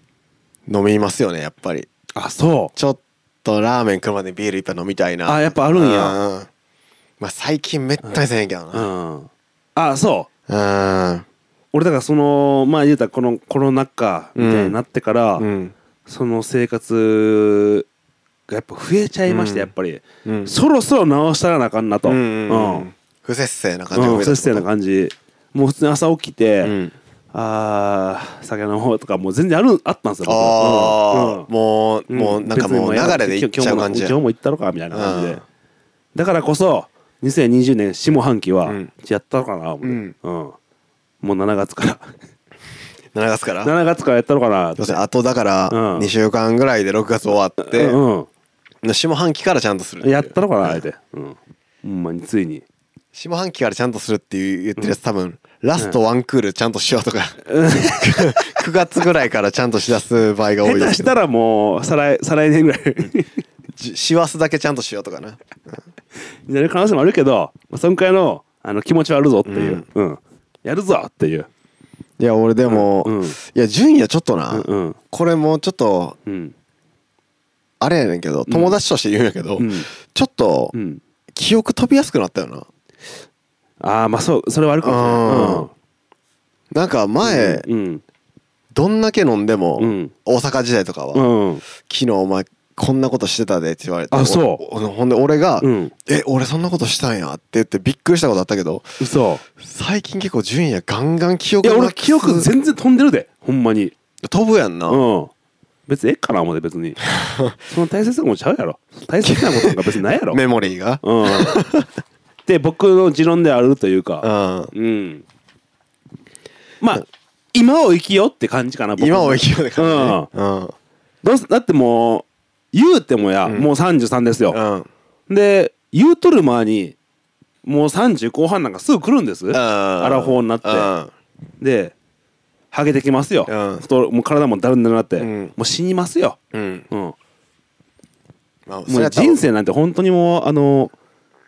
Speaker 2: 飲みますよねやっぱり
Speaker 1: あそ
Speaker 2: ちょっとラーメン車でビール一杯飲みたいな
Speaker 1: あやっぱあるんや
Speaker 2: うんまあ最近めったにせんやけど
Speaker 1: うう
Speaker 2: なうん
Speaker 1: んあそう
Speaker 2: うん
Speaker 1: 俺だからそのまあ言うたらこのコロナ禍みたいになってから、
Speaker 2: うん
Speaker 1: その生活がやっぱ増えちゃいまして、
Speaker 2: うん
Speaker 1: やっぱり、
Speaker 2: うん
Speaker 1: そろそろ直したらなあかんなと、
Speaker 2: う
Speaker 1: うん
Speaker 2: ん不節制な感じ
Speaker 1: うん
Speaker 2: が増
Speaker 1: 不
Speaker 2: えたってこと
Speaker 1: 節制な感じもう普通に朝起きて、
Speaker 2: うん
Speaker 1: あー酒飲もうとかもう全然あるあったんですよ僕
Speaker 2: ああ
Speaker 1: うん
Speaker 2: もう
Speaker 1: うん
Speaker 2: もうなんか
Speaker 1: 別に
Speaker 2: もう流
Speaker 1: や
Speaker 2: れでいっちゃう感じ
Speaker 1: 今
Speaker 2: や
Speaker 1: 日も今日も行ったのかみたいな感じで、
Speaker 2: うん
Speaker 1: だからこそ2020年下半期は
Speaker 2: うん
Speaker 1: やったのかな思って、
Speaker 2: うん
Speaker 1: うんもう7月から
Speaker 2: 7月から
Speaker 1: 7月からやったのかなって
Speaker 2: 要するにあとだから
Speaker 1: うん
Speaker 2: 2週間ぐらいで6月終わって
Speaker 1: うん
Speaker 2: 下半期からちゃんとする
Speaker 1: うん、やったのかなあ
Speaker 2: う
Speaker 1: え
Speaker 2: ん
Speaker 1: て、うん、ほんまについに
Speaker 2: 下半期からちゃんとするっていう言ってるやつ多分ラストワンクールちゃんとしようとか 9月ぐらいからちゃんとしだす場合が多
Speaker 1: 下
Speaker 2: いで
Speaker 1: 手
Speaker 2: す
Speaker 1: し
Speaker 2: け
Speaker 1: た
Speaker 2: ど
Speaker 1: らもう再来再来年ぐら い
Speaker 2: じ師走だけちゃんとしようとかな
Speaker 1: になる可能性もあるけど、まあ、そのくらいのあの気持ちはあるぞっていう、うんやるぞっていう
Speaker 2: いや俺でも
Speaker 1: うんうん
Speaker 2: いや順位はちょっとな
Speaker 1: うんうん
Speaker 2: これもうちょっと
Speaker 1: うん
Speaker 2: あれやねんけど友達として言うんやけど
Speaker 1: うん
Speaker 2: ちょっと
Speaker 1: うん
Speaker 2: 記憶飛びやすくなったよな
Speaker 1: ああまあそうそれはあるかも
Speaker 2: なん
Speaker 1: しれ
Speaker 2: か
Speaker 1: ない
Speaker 2: 前
Speaker 1: うん
Speaker 2: どんだけ飲んでも
Speaker 1: うん
Speaker 2: 大阪時代とか
Speaker 1: う
Speaker 2: は
Speaker 1: んうん
Speaker 2: 昨日お前こんなことしてたでって言われて
Speaker 1: あ
Speaker 2: お
Speaker 1: そう
Speaker 2: おほんで俺が
Speaker 1: うん
Speaker 2: 「え俺そんなことしたんや」って言ってびっくりしたことあったけど
Speaker 1: 嘘
Speaker 2: 最近結構順位やガンガン記
Speaker 1: い
Speaker 2: 憶
Speaker 1: や俺
Speaker 2: なくす
Speaker 1: 記憶全然飛んでるでほんまに
Speaker 2: 飛ぶやんな、
Speaker 1: うん別にええかな思って別 にその大切なことちゃうやろ大切なことなんか別にないや ろ
Speaker 2: メモリーが
Speaker 1: うんで僕の持論であるというか
Speaker 2: うん
Speaker 1: うん。まあ、今を生きようって感じかな、僕
Speaker 2: 今を生きようって感じ
Speaker 1: う
Speaker 2: ねうん
Speaker 1: どうすだってもう、言うてもや、
Speaker 2: ん
Speaker 1: もう33ですよ。
Speaker 2: うん
Speaker 1: で、言うとる間に、もう30後半なんかすぐ来るんです。アラフォーになって。で、ハゲてきますよ。
Speaker 2: うん
Speaker 1: 太もう体もだるんだるなって。
Speaker 2: うん
Speaker 1: もう死にますよ。
Speaker 2: うん、うん
Speaker 1: うん。も
Speaker 2: まあ、そうれ
Speaker 1: 人
Speaker 2: 人生
Speaker 1: 生なんて本当にもう、あの、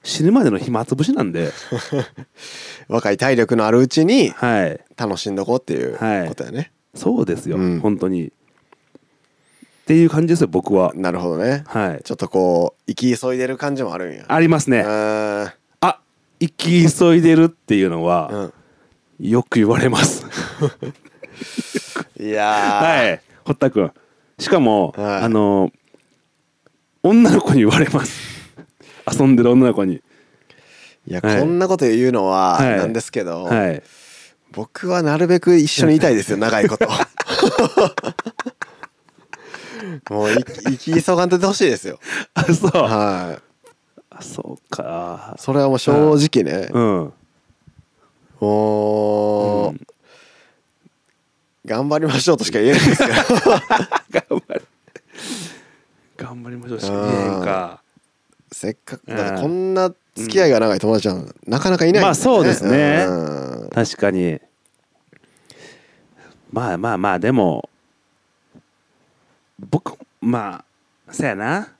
Speaker 1: 死ぬまでの暇つぶしなん で、
Speaker 2: 若い体力のあるうちに
Speaker 1: はい。
Speaker 2: 楽しんどこうっていう
Speaker 1: はい
Speaker 2: ことやね、
Speaker 1: そうですよ、
Speaker 2: うん
Speaker 1: 本当に。っていう感じですよ、僕は。
Speaker 2: なるほどね、
Speaker 1: はい
Speaker 2: ちょっとこう行き急いでる感じもあるんや
Speaker 1: ありますね。
Speaker 2: あ
Speaker 1: あ、行き急いでるっていうの
Speaker 2: う
Speaker 1: は、
Speaker 2: ん
Speaker 1: よく言われます。
Speaker 2: いやー
Speaker 1: はい、堀田君。しかも、
Speaker 2: はい
Speaker 1: あのー女の子に言われ ます。遊んでる女の子に。
Speaker 2: いや、
Speaker 1: はい
Speaker 2: こんなこと言うのは
Speaker 1: はい
Speaker 2: なんですけど、
Speaker 1: はい。
Speaker 2: 僕はなるべく一緒にいたいですよ長い こともうい生き急がんといてほしいですよ
Speaker 1: あ、そう。
Speaker 2: はい
Speaker 1: あ、そうか。
Speaker 2: それはもう正直ね、
Speaker 1: うん。
Speaker 2: もう、頑張りましょうとしか言えないです から
Speaker 1: 頑張る。頑張りましょう。しか言えんか。
Speaker 2: せっかく
Speaker 1: うん
Speaker 2: だからこんな付き合いが長い友達はなかなかいないんで
Speaker 1: まあそうですね
Speaker 2: うん
Speaker 1: 確かにまあまあまあでも僕まあそやな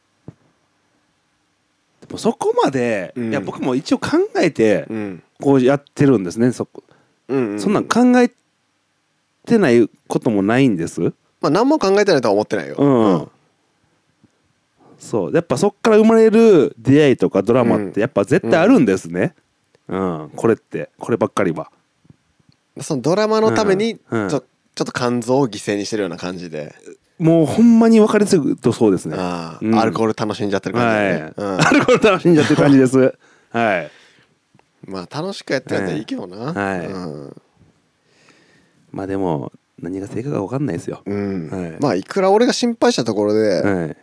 Speaker 1: でもそこまで、
Speaker 2: うん
Speaker 1: いや僕も一応考えて
Speaker 2: うん
Speaker 1: こうやってるんですねそ,、
Speaker 2: うん
Speaker 1: そんなん考えてないこともないんです
Speaker 2: まあ何も考えてないとは思ってないよ
Speaker 1: うん、そうやっぱそっから生まれる出会いとかドラマっ
Speaker 2: うん
Speaker 1: てやっぱ絶対あるんですねうん、これってこればっかりは
Speaker 2: そのドラマのためにち
Speaker 1: うんう
Speaker 2: ょ
Speaker 1: ん
Speaker 2: ちょっと肝臓を犠牲にしてるような感じで
Speaker 1: もうほんまに分かりすぎるとそうですね。
Speaker 2: あ
Speaker 1: うん
Speaker 2: ーアルコール楽しんじゃってる感じ
Speaker 1: は
Speaker 2: だ
Speaker 1: い
Speaker 2: ね、うん
Speaker 1: アルコール楽しんじゃってる感じ です。はい。
Speaker 2: まあ楽しくやってるやつはいいけどな、
Speaker 1: はい
Speaker 2: うん
Speaker 1: まあでも何が正解か分かんないですよ。
Speaker 2: うん、
Speaker 1: はい
Speaker 2: まあいくら俺が心配したところで、
Speaker 1: はい、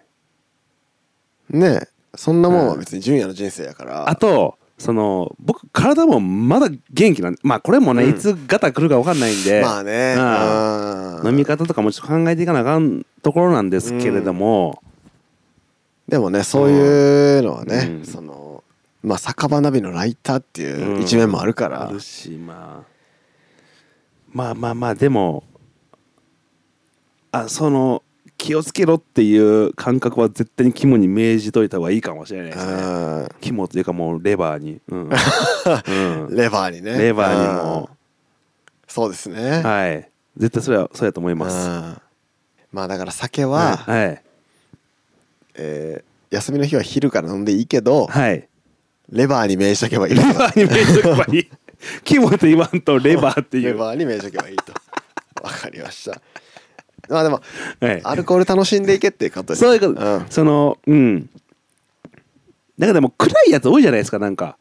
Speaker 2: ねそんなもんは別に純也の人生やから、
Speaker 1: あとその僕体もまだ元気なんまあこれもね、
Speaker 2: うん
Speaker 1: いつガタ来るか分かんないんで、
Speaker 2: まあね、うん
Speaker 1: 飲み方とかもちょっと考えていかなあかんところなんですけれども、
Speaker 2: でもねそういうのはね、
Speaker 1: うん
Speaker 2: そのまあ酒場ナビのライターっていう一面もあるから、
Speaker 1: あるしまあまあまあまあでもあその気をつけろっていう感覚は絶対に肝に銘じといた方がいいかもしれないですね
Speaker 2: う
Speaker 1: 肝っていうかもうレバーに、うん、うん
Speaker 2: んレバーにね
Speaker 1: レバーにも
Speaker 2: そうですね
Speaker 1: はい絶対それはそうやと思います
Speaker 2: うんまあだから酒
Speaker 1: はい
Speaker 2: は、
Speaker 1: はい
Speaker 2: えー休みの日は昼から飲んでいいけど、
Speaker 1: はい
Speaker 2: レバーに銘じとけばいい
Speaker 1: レバーに銘じとけばいい肝って言わんとレバーってい
Speaker 2: レ
Speaker 1: うは
Speaker 2: バーに銘じとけばいいとわかりましたまあでも
Speaker 1: い
Speaker 2: アルコール楽しんでいけっていうことです
Speaker 1: そういうこと、
Speaker 2: ん
Speaker 1: そのうんなんかでも暗いやつ多いじゃないですかなんか、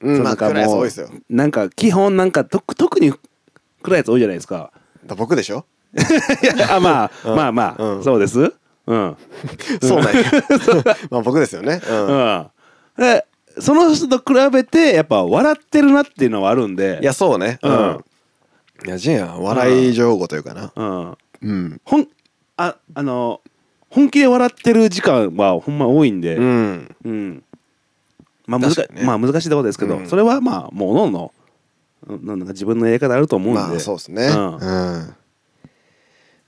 Speaker 2: うん、
Speaker 1: そうな
Speaker 2: ま
Speaker 1: ん
Speaker 2: あ
Speaker 1: か
Speaker 2: 暗いやつ
Speaker 1: もう
Speaker 2: 多いですよ
Speaker 1: なんか基本なんかと特に暗いやつ多いじゃないですか
Speaker 2: だ僕でしょ
Speaker 1: いや あまあ、まあまあ、
Speaker 2: うん
Speaker 1: そうですうん
Speaker 2: そ うなんやまあ僕ですよねう
Speaker 1: うんん、でその人と比べてやっぱ笑ってるなっていうのはあるんで
Speaker 2: いやそうね
Speaker 1: う
Speaker 2: うんんいやジンは笑い上手というかな
Speaker 1: うん
Speaker 2: うん
Speaker 1: ほんああの本気で笑ってる時間はほんま多いんで、
Speaker 2: うん
Speaker 1: うんまあ難し
Speaker 2: 確かにね
Speaker 1: まあ難しいところですけど、
Speaker 2: うん
Speaker 1: それはまあもうおのおのなんか自分のやり方あると思うんで、
Speaker 2: まあそうですね
Speaker 1: う
Speaker 2: う
Speaker 1: ん
Speaker 2: ん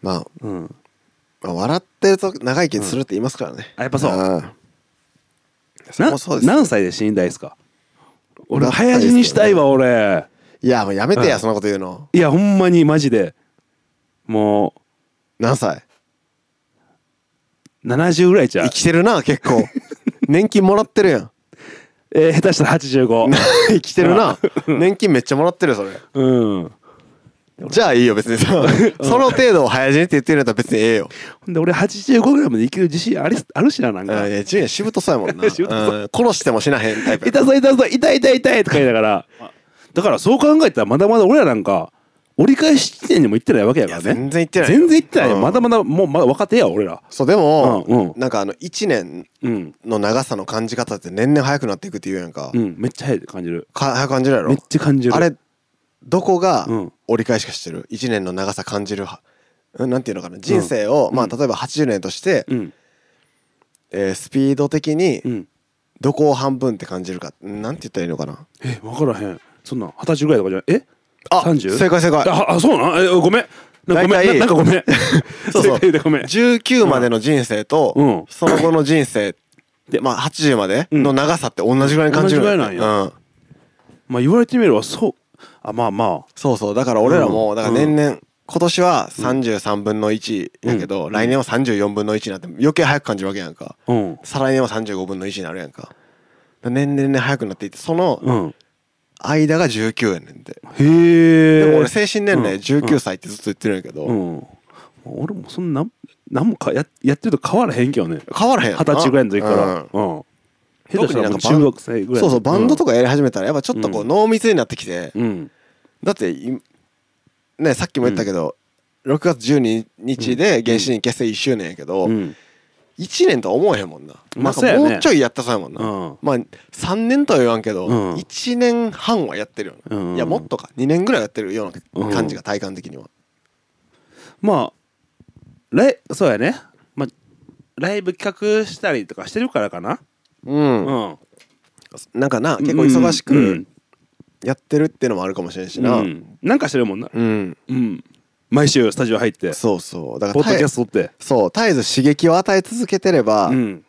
Speaker 2: まあ
Speaker 1: うん、
Speaker 2: まあ笑ってると長生きするって言いますからね
Speaker 1: あやっぱそうん
Speaker 2: それ
Speaker 1: な
Speaker 2: もそうです
Speaker 1: 何歳で死にたいですか俺
Speaker 2: 何歳
Speaker 1: 早死にしたいわ俺
Speaker 2: いやもうやめて
Speaker 1: う
Speaker 2: や
Speaker 1: ん
Speaker 2: そんなこと言うの
Speaker 1: いやほんまにマジでも
Speaker 2: 何歳
Speaker 1: う70ぐらいちゃう
Speaker 2: 生きてるな 結構年金もらってるやん
Speaker 1: えー下手したら85
Speaker 2: 生きてるな年金めっちゃもらってるよそれ
Speaker 1: うんほ
Speaker 2: じゃあいいよ別 にさその程度を早死にって言ってるんだったら別にええよ
Speaker 1: んで俺85ぐらいまで生きる自信ありあるしななんか
Speaker 2: うんいやジュニアしぶとそうやもんな
Speaker 1: しぶとそう
Speaker 2: うん殺しても死なへんタイプや
Speaker 1: 痛そう痛そう痛い痛い痛いとか言いながらだからそう考えたらまだまだ俺らなんか折り返し地点にも行ってないわけやから
Speaker 2: い
Speaker 1: ね
Speaker 2: や全然行ってないよ
Speaker 1: 全然行ってないよ
Speaker 2: うん
Speaker 1: まだまだもうまだ若手や俺ら
Speaker 2: そうでも、
Speaker 1: うんうん
Speaker 2: なんかあの1年
Speaker 1: うん
Speaker 2: の長さの感じ方って年々早くなっていくっていうやんか,、
Speaker 1: うんめっちゃ早い感じる
Speaker 2: か早く感じるやろ
Speaker 1: めっちゃ感じる
Speaker 2: あれどこが
Speaker 1: うん
Speaker 2: 折り返しかしてる1年の長さ感じるはうんなんていうのかな人生を、まあ例えば80年として、
Speaker 1: うん
Speaker 2: えースピード的に
Speaker 1: うん
Speaker 2: どこを半分って感じるかなんて言ったらいいの かな
Speaker 1: え分からへんそんなん二十歳ぐらいとかじゃないえ
Speaker 2: あ
Speaker 1: 30?
Speaker 2: 正解正解
Speaker 1: ああそうなんえごめんなごめ
Speaker 2: 大
Speaker 1: んな
Speaker 2: 体
Speaker 1: なんかごめん
Speaker 2: そうそう
Speaker 1: 正解でごめん
Speaker 2: 19までの人生と、
Speaker 1: うん
Speaker 2: その後の人生でまあ80までの長さって同じぐらいに感じるよ
Speaker 1: 同じぐらい
Speaker 2: うん、
Speaker 1: まあ言われてみればそうあまあま
Speaker 2: そうそうだから俺らも、
Speaker 1: うん
Speaker 2: だから年々、今年は33分の1やけど、来年は34分の1になって余計早く感じるわけやんか、
Speaker 1: あうん
Speaker 2: 再来年は35分の1になるやんかだから年々ね早くなっていってその
Speaker 1: うん
Speaker 2: 間が19やねんで、
Speaker 1: へえ
Speaker 2: でも俺精神年齢
Speaker 1: うん
Speaker 2: 19歳ってずっと言ってるんやけど、
Speaker 1: うん、俺もそんな何もかややってると変わらへんけどね
Speaker 2: 変わらへんやん
Speaker 1: 二十歳ぐらいの時か
Speaker 2: うん
Speaker 1: ら、うん下手したらもう
Speaker 2: 特に
Speaker 1: 中
Speaker 2: なんかバン
Speaker 1: 学生ぐらい
Speaker 2: そうそうバンドと
Speaker 1: か
Speaker 2: かやり始めたらやっぱちょっとこう濃密になってきて、
Speaker 1: うん
Speaker 2: だっていねさっきも言ったけど、6月12日で原始人結成1周年やけど、
Speaker 1: うん
Speaker 2: 1年とは思えへんもんな,、
Speaker 1: まあ
Speaker 2: なんか
Speaker 1: そうやね
Speaker 2: もうちょいやったそうやもんな、
Speaker 1: うん
Speaker 2: まあ3年とは言わんけど、
Speaker 1: うん
Speaker 2: 1年半はやってるよな、
Speaker 1: うん
Speaker 2: いやもっとか2年ぐらいやってるよう
Speaker 1: うん
Speaker 2: な感じが体感的には、
Speaker 1: まあライそうやね、まあ、ライブ企画したりとかしてるからかな
Speaker 2: うん
Speaker 1: うん
Speaker 2: なんかな結構忙し
Speaker 1: うんうん
Speaker 2: くやってるっていうのもあるかもしれんしな
Speaker 1: う
Speaker 2: うん、
Speaker 1: んなんかしてるもんなうん毎週スタジオ入って
Speaker 2: そうそうだか
Speaker 1: ポ
Speaker 2: ら
Speaker 1: ッドキャ
Speaker 2: 絶
Speaker 1: スト撮って
Speaker 2: えそう絶えず刺激を与え続けてれば、
Speaker 1: うん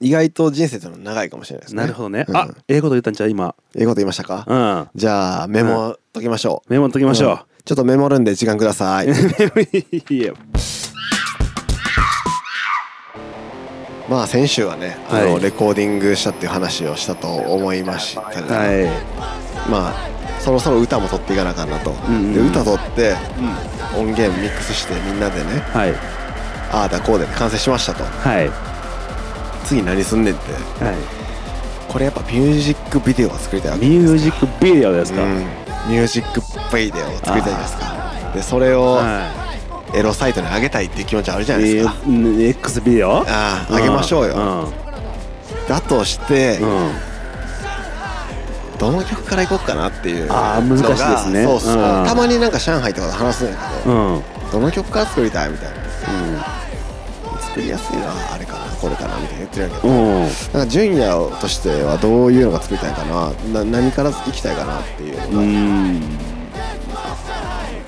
Speaker 2: 意外と人生っていうのは長いかもしれないですね
Speaker 1: なるほどね、
Speaker 2: うん
Speaker 1: あええこと言ったんちゃう今
Speaker 2: ええこと言いましたか、
Speaker 1: うん
Speaker 2: じゃあメモ解きましょう。
Speaker 1: メモときまし
Speaker 2: うん
Speaker 1: ょ
Speaker 2: ちょっとメモるんで時間ください。
Speaker 1: ういや
Speaker 2: まあ先週はね、あ
Speaker 1: は
Speaker 2: の
Speaker 1: い
Speaker 2: レコーディングしたっていう話をしたと思いましたが、
Speaker 1: はい
Speaker 2: まあそろそろ歌も取っていかなあかんなと。
Speaker 1: んうん
Speaker 2: で歌取って、音源ミックスしてみんなでね、
Speaker 1: はい
Speaker 2: ああだこうで完成しましたと。
Speaker 1: はい
Speaker 2: 次何すんねんって。
Speaker 1: はい
Speaker 2: これやっぱミュージックビデオを作りたいわけ
Speaker 1: ミュージックビデオですか、
Speaker 2: うんミュージックビデオを作りたいじゃないですか。でそれを
Speaker 1: は
Speaker 2: エロサイトに上げたいっていう気持ちあるじゃないですか、
Speaker 1: えーうん X ビデオ
Speaker 2: ああ上げましょうよだとして、
Speaker 1: うんうん
Speaker 2: どの曲からいこうかなっていう
Speaker 1: あー難しいですね
Speaker 2: のがそうそう
Speaker 1: うん
Speaker 2: たまになんか上海とかで話すんやけ
Speaker 1: うんうん
Speaker 2: どどの曲から作りたいみたいな作りやすいなあれかなこれかなみたいな言ってるんやけど
Speaker 1: うん
Speaker 2: なんかジュニアとしてはどういうのが作りたいかなな何から行きたいかなっていうのが、
Speaker 1: うん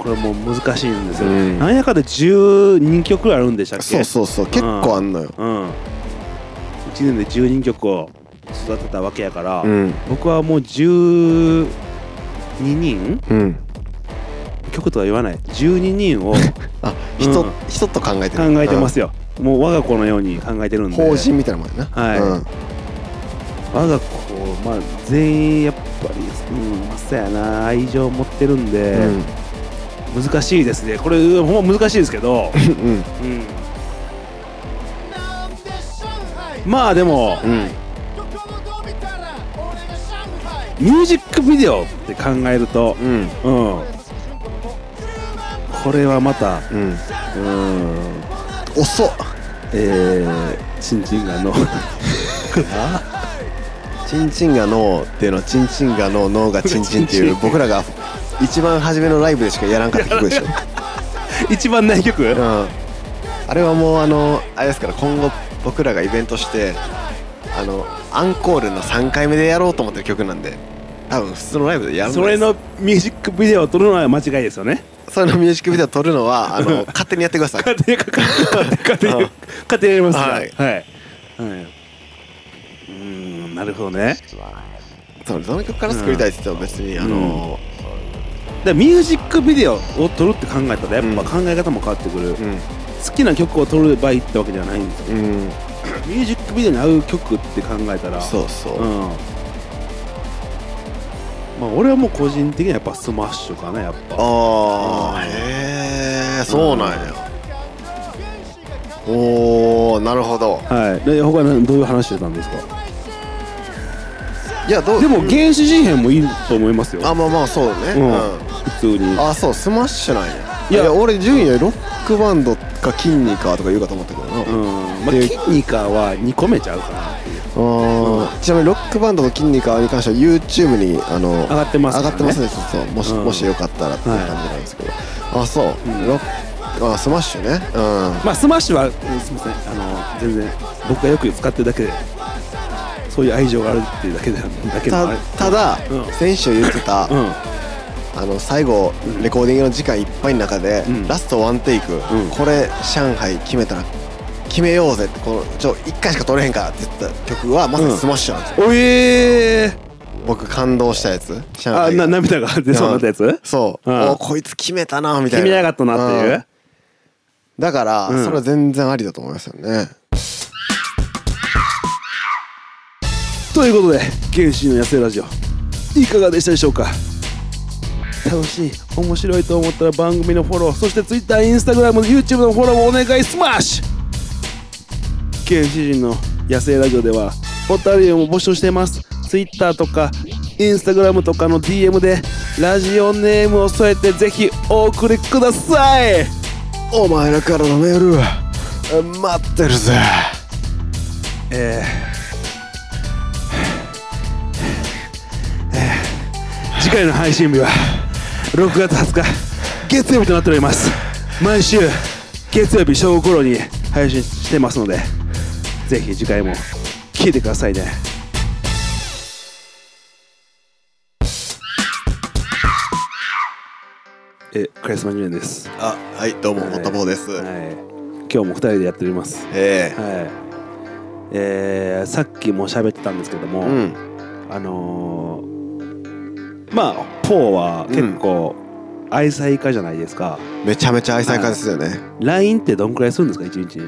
Speaker 1: これもう難しいんですよ、
Speaker 2: うん
Speaker 1: なんやかで12曲あるんでしたっけ
Speaker 2: そうそうそう結構あんのよ、
Speaker 1: うん、1年で12曲を育てたわけやから、
Speaker 2: うん
Speaker 1: 僕はもう12人
Speaker 2: うん、
Speaker 1: 曲とは言わない12人を考
Speaker 2: あ人,、
Speaker 1: うん
Speaker 2: 人と考えてる
Speaker 1: えてます よ、もう我が子のように考えてるん
Speaker 2: うん
Speaker 1: で
Speaker 2: 法人みたいなもんやな
Speaker 1: はい
Speaker 2: うん
Speaker 1: 我が子、まあ、全員やっぱり、うん、まあそうやな愛情持ってるんで、
Speaker 2: うん
Speaker 1: 難しいですねこれほんま難しいですけど、
Speaker 2: うん
Speaker 1: うん、まあでも、
Speaker 2: うん
Speaker 1: ミュージックビデオって考えると、
Speaker 2: うん
Speaker 1: うん、これはまた、
Speaker 2: うん
Speaker 1: うん、
Speaker 2: 遅っ
Speaker 1: えー、チンチンガの
Speaker 2: チンチンガノーっていうのはチンチンガノーノーがチンチンって
Speaker 1: チ
Speaker 2: い
Speaker 1: ン
Speaker 2: う
Speaker 1: チン
Speaker 2: 僕らが一番初めのライブでしかやらんかった曲 でしょ、うん、
Speaker 1: 一番ない曲、
Speaker 2: あれはもうあのあれですから今後僕らがイベントしてあのアンコールの3回目でやろうと思ってる曲なんで多分普通のライブでやるん
Speaker 1: それのミュージックビデオを撮るのは間違いですよね
Speaker 2: それのミュージックビデオ撮るのはあ の勝手にやってください
Speaker 1: 勝手にかか勝手に
Speaker 2: うん
Speaker 1: 勝手にやりますから
Speaker 2: はい
Speaker 1: はい、はい、うーんなるほどね
Speaker 2: そのどの曲から作りたいって言っても別に、あの
Speaker 1: でミュージックビデオを撮るって考えたらやっぱ考え方も変わってくる、好
Speaker 2: う
Speaker 1: きな曲を撮ればいいってわけではないんですよ
Speaker 2: んうん、
Speaker 1: ミュージックビデオに合う曲って考えたら
Speaker 2: そうそう、
Speaker 1: うんまあ俺はもう個人的にはやっぱスマッシュかなやっぱ
Speaker 2: ああへえそうなんや、おおなるほど
Speaker 1: はいで他何どういう話してたんですか
Speaker 2: いやどう
Speaker 1: でも原始人編もいいと思いますよ
Speaker 2: あまあまあそうね
Speaker 1: う
Speaker 2: うんん、
Speaker 1: 普通に
Speaker 2: あそうスマッシュなんや
Speaker 1: い
Speaker 2: い
Speaker 1: や
Speaker 2: や俺順位はロックバンドか筋肉かとか言うかと思ったけどな、
Speaker 1: うんまあ
Speaker 2: で
Speaker 1: 筋肉は2個目ちゃうかなっていう
Speaker 2: あーちなみにロックバンドと筋肉かに関しては YouTube にあの上
Speaker 1: がってます
Speaker 2: 上
Speaker 1: か
Speaker 2: が
Speaker 1: ら
Speaker 2: っ
Speaker 1: ね
Speaker 2: てますねそうそうもし,、
Speaker 1: うん
Speaker 2: もしよかったらっていう感じなんですけど、あそう、
Speaker 1: ん
Speaker 2: ロックあスマッシュねうん
Speaker 1: まあスマッシュはうんすみませんあの全然僕がよく使ってるだけでそういう愛情があるっていうだけでだけのあれ
Speaker 2: たただ、
Speaker 1: うん
Speaker 2: 先週言ってた、
Speaker 1: うん
Speaker 2: あの最後レコーディングの時間いっぱいの中で、
Speaker 1: うん
Speaker 2: ラストワンテイク、
Speaker 1: ん
Speaker 2: これ上海決めたら決めようぜってこのちょ1回しか撮れへんからって言った曲はまさにスマッシュなんですよ、
Speaker 1: おえー
Speaker 2: 僕感動したやつ上
Speaker 1: あ
Speaker 2: 海
Speaker 1: な涙が出そうになったやつ
Speaker 2: そう、
Speaker 1: うん
Speaker 2: おこいつ決めたなみた
Speaker 1: 決
Speaker 2: いな
Speaker 1: めやがったなってい
Speaker 2: ん
Speaker 1: う
Speaker 2: だから、
Speaker 1: うん
Speaker 2: それは全然ありだと思いますよね
Speaker 1: ということで原始の野生ラジオいかがでしたでしょうか楽しい面白いと思ったら番組のフォローそして TwitterInstagramYouTube のフォローもお願いスマッシュ原始人の野生ラジオではお便りも募集してます Twitter とか Instagram とかの DM でラジオネームを添えてぜひお送りください
Speaker 2: お前らからのメールえ待ってるぜ
Speaker 1: えーえー次回の配信日は6月20日月曜日となっております毎週月曜日正午頃に配信してますのでぜひ次回も聞いてくださいねえカリスマ2年です
Speaker 2: あはいどうももたぼうです、
Speaker 1: はい、今日も2人でやっております
Speaker 2: ええ
Speaker 1: はいえーさっきも喋ってたんですけども、
Speaker 2: うん
Speaker 1: あのーまあポーは結構愛妻家じゃないですか、
Speaker 2: めちゃめちゃ愛妻家ですよね、
Speaker 1: LINE ってどんくらいするんですか1日に、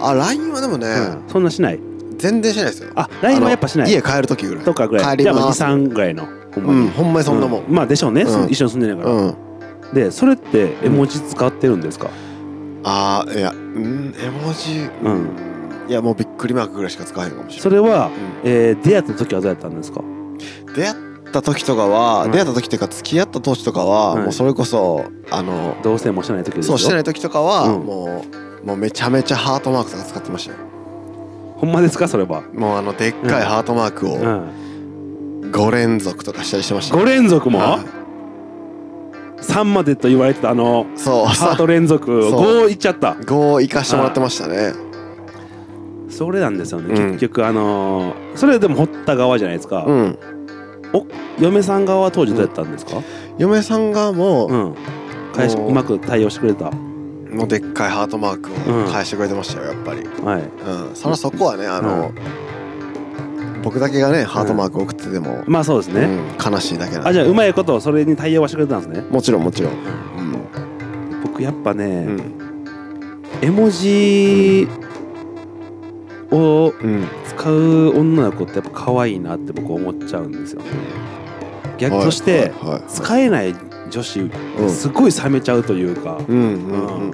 Speaker 2: あ LINE はでもね、
Speaker 1: そんなしない
Speaker 2: 全然しないですよ
Speaker 1: あ LINE はやっぱしな
Speaker 2: あの
Speaker 1: い
Speaker 2: 家帰る時ぐらい
Speaker 1: とかぐらい
Speaker 2: 帰
Speaker 1: じ
Speaker 2: り
Speaker 1: ゃあまあ
Speaker 2: ます
Speaker 1: 23ぐらいのほんま
Speaker 2: う
Speaker 1: に、
Speaker 2: んほんまにそんなも
Speaker 1: うんまあでしょうね、
Speaker 2: うん
Speaker 1: 一緒に住んでるか
Speaker 2: う
Speaker 1: ら、
Speaker 2: ん、
Speaker 1: でそれって絵文字使ってるんですか、
Speaker 2: ああいやうん絵文字うんいやもうびっくりマークぐらいしか使わへんかもしれない
Speaker 1: それは、えー出会った時はどうやったんですか
Speaker 2: うん出会っった時とかは、
Speaker 1: うん
Speaker 2: 出会った時っていうか付き合った当時とかは、
Speaker 1: はい
Speaker 2: もうそれこそあの
Speaker 1: どうせもしてない時です
Speaker 2: そ
Speaker 1: よ
Speaker 2: うしてない時とかは、
Speaker 1: うん
Speaker 2: もうもうめちゃめちゃハートマークとか使ってましたよ
Speaker 1: ほんまですかそれは、
Speaker 2: もうあのでっかいハートマーク
Speaker 1: う
Speaker 2: を
Speaker 1: ん、
Speaker 2: 5連続とかしたりしてました、
Speaker 1: 5連続も、
Speaker 2: はい
Speaker 1: 3までと言われてたあの
Speaker 2: そう
Speaker 1: ハー ト連続
Speaker 2: そう
Speaker 1: 5いっちゃった
Speaker 2: 5を生かしてもらってましたね
Speaker 1: それなんですよね、
Speaker 2: うん
Speaker 1: 結局あのーそれでも掘った側じゃないですか、
Speaker 2: うん
Speaker 1: お嫁さん側は当時どうやったんですか
Speaker 2: 嫁さんがも
Speaker 1: う
Speaker 2: う、
Speaker 1: ん、返しう
Speaker 2: もう
Speaker 1: まく対応してくれた
Speaker 2: もうでっかいハートマーク
Speaker 1: う
Speaker 2: を
Speaker 1: ん
Speaker 2: 返してくれてましたよやっぱり
Speaker 1: はい
Speaker 2: うんそらそこはねあの、僕だけがねハートマーク送ってても、
Speaker 1: まあそうですね、
Speaker 2: うん悲しいだけなんで
Speaker 1: あじゃあうまいことそれに対応はしてくれたんですね
Speaker 2: もちろんもちろん
Speaker 1: 僕やっぱね、
Speaker 2: うんうん
Speaker 1: 絵文字を
Speaker 2: うん
Speaker 1: 使う女の子ってやっぱ可愛いなって僕思っちゃうんですよ逆
Speaker 2: はい
Speaker 1: そして
Speaker 2: はいはい
Speaker 1: 使えない女子ってすごい冷めちゃうというか、
Speaker 2: うんうんうんうんうん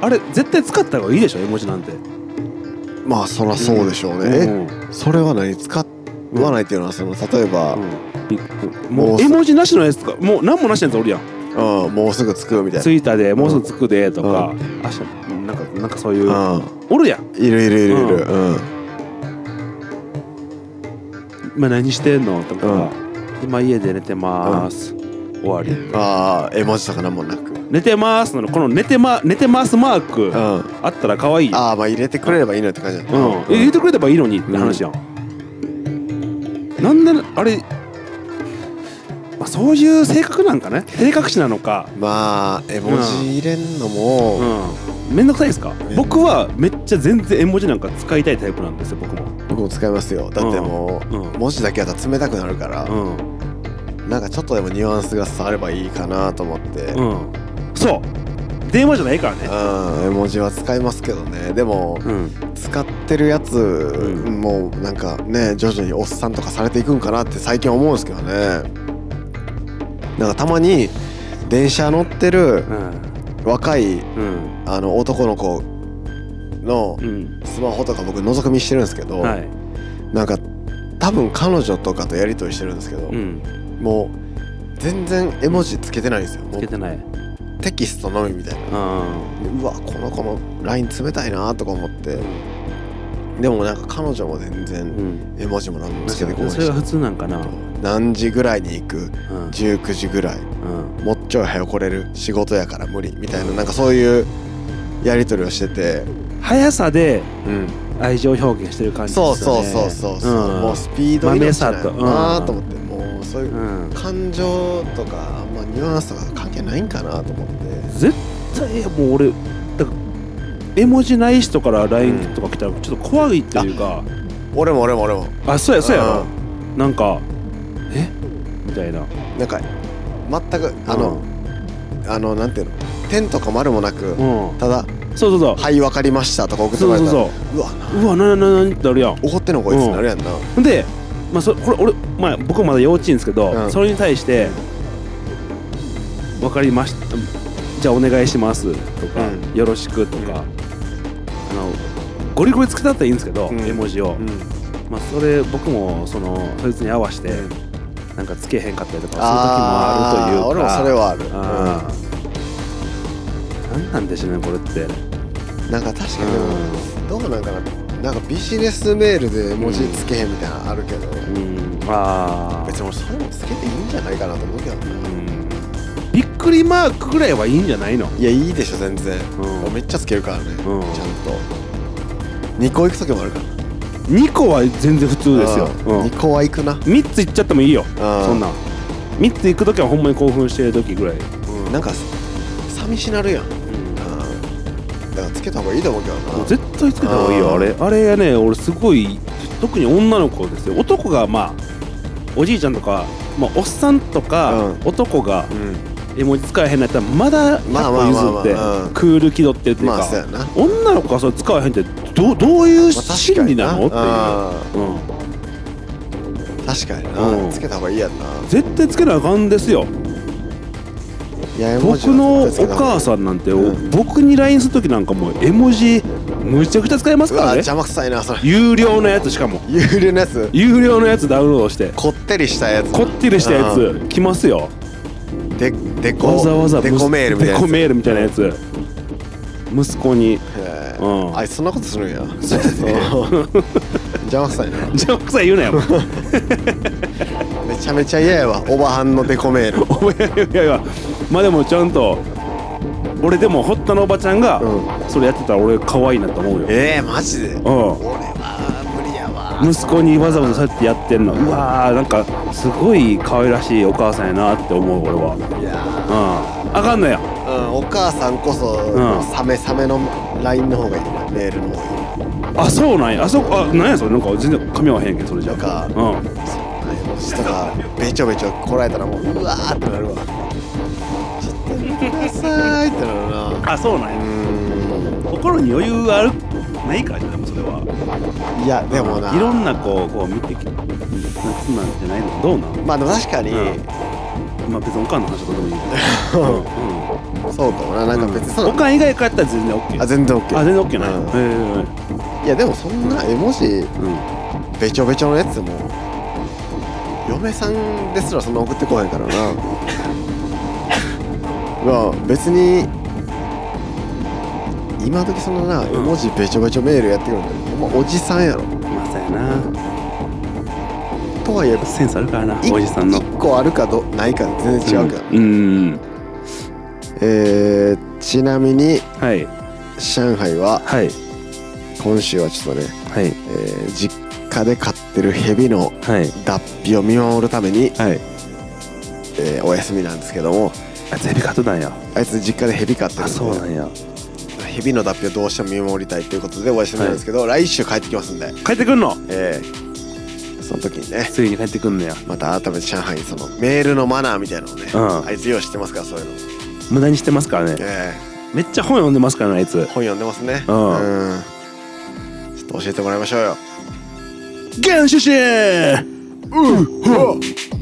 Speaker 1: あれ絶対使った方がいいでしょ絵文字なんて、
Speaker 2: うんまあそらそうでしょうね、
Speaker 1: うん
Speaker 2: えそれは何使わないっていうのはその例えば、
Speaker 1: びも
Speaker 2: も
Speaker 1: う
Speaker 2: う
Speaker 1: 絵文字なしのやつとかもう何もなしのやつおるやん
Speaker 2: うんもうすぐ作るみたいな
Speaker 1: ツイッターでもうすぐつくでとか、あしなんかなんかそういう、
Speaker 2: う
Speaker 1: おるやん
Speaker 2: んいるいるいるいるうん
Speaker 1: 今何してんのとか、今家で寝てまーす、終わり
Speaker 2: ああ絵文字とかなんもなくうん
Speaker 1: 寝てまーすのこの寝てま寝てますマーク
Speaker 2: あ
Speaker 1: あったら可愛いよ
Speaker 2: あまあ入れてくれればいいのって感じだった
Speaker 1: うん、入れてくれればいいのにって話やん、なんであれ、まあ、そういう性格なんかね性格視なのか
Speaker 2: まあ絵文字入れんの
Speaker 1: う
Speaker 2: も
Speaker 1: んめんどくさいですか
Speaker 2: どい
Speaker 1: 僕はめっちゃ全然絵文字なんか使いたいタイプなんですよ僕も
Speaker 2: 僕も使いますよだっても
Speaker 1: う
Speaker 2: うん文字だけやったら冷たくなるから
Speaker 1: うん
Speaker 2: なんかちょっとでもニュアンスが伝わればいいかなと思ってうん
Speaker 1: うんそう電話じゃないからね
Speaker 2: 絵文字は使いますけどねでも
Speaker 1: うん
Speaker 2: 使ってるやつ
Speaker 1: ん
Speaker 2: もうなんかね徐々におっさんとかされていくんかなって最近思うんですけどねなんかたまに電車乗ってる
Speaker 1: うん
Speaker 2: 若い
Speaker 1: うん
Speaker 2: あの男の子の
Speaker 1: うん
Speaker 2: スマホとか僕覗く見してるんですけど、
Speaker 1: はい
Speaker 2: なんか多分彼女とかとやり取りしてるんですけど、
Speaker 1: うん
Speaker 2: もう全然絵文字つけてないんですよも
Speaker 1: つ
Speaker 2: う
Speaker 1: けてないうん
Speaker 2: テキストのみみたいなうわこの子の LINE 冷たいなとか思ってでもなんか彼女も全
Speaker 1: う
Speaker 2: 然
Speaker 1: ん
Speaker 2: 絵文字も何もつけてこない
Speaker 1: そ
Speaker 2: し
Speaker 1: れが普通なんかな
Speaker 2: 何時ぐらいに行く
Speaker 1: うん
Speaker 2: 19時ぐらい
Speaker 1: うん
Speaker 2: もっちょい早来れる仕事やから無理みたいななんかそういうやり取りをしてて、
Speaker 1: 速さで
Speaker 2: うん、
Speaker 1: 愛情表現してる感じですよ
Speaker 2: そ
Speaker 1: ね
Speaker 2: うそうそうそうそう、
Speaker 1: ん
Speaker 2: もうスピード
Speaker 1: 豆
Speaker 2: 命
Speaker 1: さ
Speaker 2: なんや
Speaker 1: と
Speaker 2: な
Speaker 1: うん
Speaker 2: と思って、もうそういううん感情とかあんまニュアンスとか関係ないんかなと思って
Speaker 1: 絶対もう俺だから絵文字ない人から LINE とか来たらちょっと怖いっていうか
Speaker 2: 俺も俺も俺も
Speaker 1: あそうやそうやろなんかえみたいな
Speaker 2: うんなんか全くあの、あのなんていうの点とか丸もなく、
Speaker 1: うんうん
Speaker 2: ただ
Speaker 1: そうそうそ
Speaker 2: 「はいわかりました」とか送
Speaker 1: う
Speaker 2: って
Speaker 1: そ
Speaker 2: もら
Speaker 1: う
Speaker 2: え
Speaker 1: そう
Speaker 2: たら
Speaker 1: そう
Speaker 2: うわな
Speaker 1: うわなななにってなるやん
Speaker 2: 怒ってんのこいつってなるやんな、
Speaker 1: ほんで、まあ、そこれ俺、まあ、僕はまだ幼稚園ですけど、
Speaker 2: うん
Speaker 1: それに対して「分かりましたじゃあお願いします」とか、
Speaker 2: う
Speaker 1: よろしく」とか、
Speaker 2: うん
Speaker 1: あのゴリゴリつけたったらいいんですけど、
Speaker 2: うん
Speaker 1: 絵文字を、まあ、それ僕もそのそいつに合わせて、
Speaker 2: うん
Speaker 1: なんかつけへんかったりとか
Speaker 2: あ
Speaker 1: そういう時もあるというか
Speaker 2: ー俺もそれはあ
Speaker 1: あ
Speaker 2: る、
Speaker 1: ーなんなんでしょうねこれって
Speaker 2: うんなんか確かにでもどうなんかななんかビジネスメールで文字つけへんみたいなのあるけど、
Speaker 1: うん、うん、ああ
Speaker 2: 別に俺それもつけていいんじゃないかなと思うけどな
Speaker 1: びっくりマークぐらいはいいんじゃないの
Speaker 2: いやいいでしょ全然、
Speaker 1: うん
Speaker 2: めっちゃつけるからね、
Speaker 1: うん
Speaker 2: ちゃんと2個行く時もあるから
Speaker 1: 2個は全然普通ですよ、うん、
Speaker 2: 2個は行くな
Speaker 1: 3ついっちゃってもいいよそ
Speaker 2: そ
Speaker 1: んなん3ついく時はほんまに興奮してる時ぐらい、
Speaker 2: なんか寂しなるやん、
Speaker 1: うん
Speaker 2: だからつけた方がいいと思うけど
Speaker 1: もう
Speaker 2: な
Speaker 1: 絶対つけた方がいいよ
Speaker 2: あー
Speaker 1: あれあれやね俺すごい特に女の子ですよ男がまあおじいちゃんとか、まあ、おっさんとか、
Speaker 2: うん
Speaker 1: 男が
Speaker 2: うん
Speaker 1: 絵文字使えへんのやったらまだ
Speaker 2: まあまあまあま
Speaker 1: 100歩譲っ
Speaker 2: あ
Speaker 1: て
Speaker 2: うん
Speaker 1: クール気取ってるっていうか、
Speaker 2: まあそうやな、まあ、
Speaker 1: 女の子がそれ使えへんってどどういう
Speaker 2: 確
Speaker 1: 心
Speaker 2: か
Speaker 1: 理
Speaker 2: に
Speaker 1: なの、
Speaker 2: あ
Speaker 1: っていう、うん、
Speaker 2: ー確かにな、
Speaker 1: うん
Speaker 2: つけた方がいいやんな
Speaker 1: 絶対つけなあかんですよ
Speaker 2: いや絵文字
Speaker 1: 僕
Speaker 2: な
Speaker 1: の
Speaker 2: んて使
Speaker 1: お
Speaker 2: ってたから
Speaker 1: 母さんなんて、お
Speaker 2: うん
Speaker 1: 僕に LINE する時なんかもう絵文字むちゃくちゃ使います
Speaker 2: う
Speaker 1: か
Speaker 2: わ
Speaker 1: らね
Speaker 2: 邪魔くさいなそれ
Speaker 1: 有料のやつしかも
Speaker 2: 有料のやつ
Speaker 1: 有料のやつダウンロードして
Speaker 2: こってりしたやつ
Speaker 1: こってりしたやつ来ますよ
Speaker 2: ででこ
Speaker 1: わざわざ
Speaker 2: でこメールみたい
Speaker 1: デ
Speaker 2: なや
Speaker 1: コ
Speaker 2: つ
Speaker 1: メールみたいなやつ息子に
Speaker 2: へえ
Speaker 1: うん
Speaker 2: あいつそんなことするんや そう邪魔くさいな
Speaker 1: 「邪魔くさい言うなよ」
Speaker 2: めちゃめちゃ嫌やわおばはんのデコメー ル
Speaker 1: お前いやいやまあでもちゃんと俺でも堀田のおばちゃんが
Speaker 2: う
Speaker 1: それやってたら俺可愛いなと思うよ、
Speaker 2: えー、マジで俺
Speaker 1: う
Speaker 2: は無理やわ
Speaker 1: ん、息子にわざわざそうやってやってんのうわーなんかすごい可愛らしいお母さんやなって思う俺はい
Speaker 2: や
Speaker 1: うんあかんのよ
Speaker 2: ーうんお母さんこそ、
Speaker 1: ん
Speaker 2: サメサメの LINE の方がいいなメールの方がいい
Speaker 1: あそうなんやあそこあなんやそれなんか全然噛み合わへんけんそれじゃ
Speaker 2: なんか
Speaker 1: う
Speaker 2: 人がべちょべちょ来られたらもううわーってなるわちょっと見てくださいってなるなん
Speaker 1: あそうなん
Speaker 2: う
Speaker 1: や
Speaker 2: ー
Speaker 1: 心に余裕があるないからじゃないもんそれは
Speaker 2: んいやでもない
Speaker 1: ろんなこうこう見てきなんなんじゃないのどうなん
Speaker 2: まあでも確かに、
Speaker 1: まあ別におかんの話とかでもいい けど、うんうん
Speaker 2: そうかもななんか別にそ
Speaker 1: お
Speaker 2: の、
Speaker 1: かん以外からやったら全然 OK
Speaker 2: あ全然 OK
Speaker 1: あ全然 OK ない、
Speaker 2: うん
Speaker 1: え
Speaker 2: いやでもそんな絵文字
Speaker 1: えうん
Speaker 2: べちょべちょのやつも嫁さんですらそんな送ってこないからな まあ別に今時そのな絵文字べちょべちょメールやってくるんだけど、おじさんやろ
Speaker 1: まさやな
Speaker 2: とはいえ
Speaker 1: センスあるからな
Speaker 2: 一
Speaker 1: おじさんの
Speaker 2: 1個あるかどないかで全然違うけど、
Speaker 1: うん、うん
Speaker 2: えー、ちなみに
Speaker 1: はい
Speaker 2: 上海は
Speaker 1: はい
Speaker 2: 今週はちょっとね、
Speaker 1: はい
Speaker 2: えー実家で飼ってるヘビの
Speaker 1: はい
Speaker 2: 脱皮を見守るために、
Speaker 1: はい
Speaker 2: えーお休みなんですけども
Speaker 1: あゼビカトなんや
Speaker 2: あいつ実家でヘビ飼ってる
Speaker 1: あ
Speaker 2: んで
Speaker 1: そうなんや
Speaker 2: ヘビの脱皮をどうしても見守りたいということでお休みなんですけど、来週帰ってきますんで、
Speaker 1: 帰ってくんの
Speaker 2: えーその時にね
Speaker 1: ついに帰ってくんのや
Speaker 2: また改めて上海にそのメールのマナーみたいなのをね、
Speaker 1: うん
Speaker 2: あいつ用意してますからそういうの、
Speaker 1: 無駄にしてますからね
Speaker 2: え
Speaker 1: めっちゃ本読んでますからねあいつ
Speaker 2: ー本読んでますね
Speaker 1: うん
Speaker 2: うんちょっと教えてもらいましょうよ
Speaker 1: ガンシュシュー
Speaker 2: うん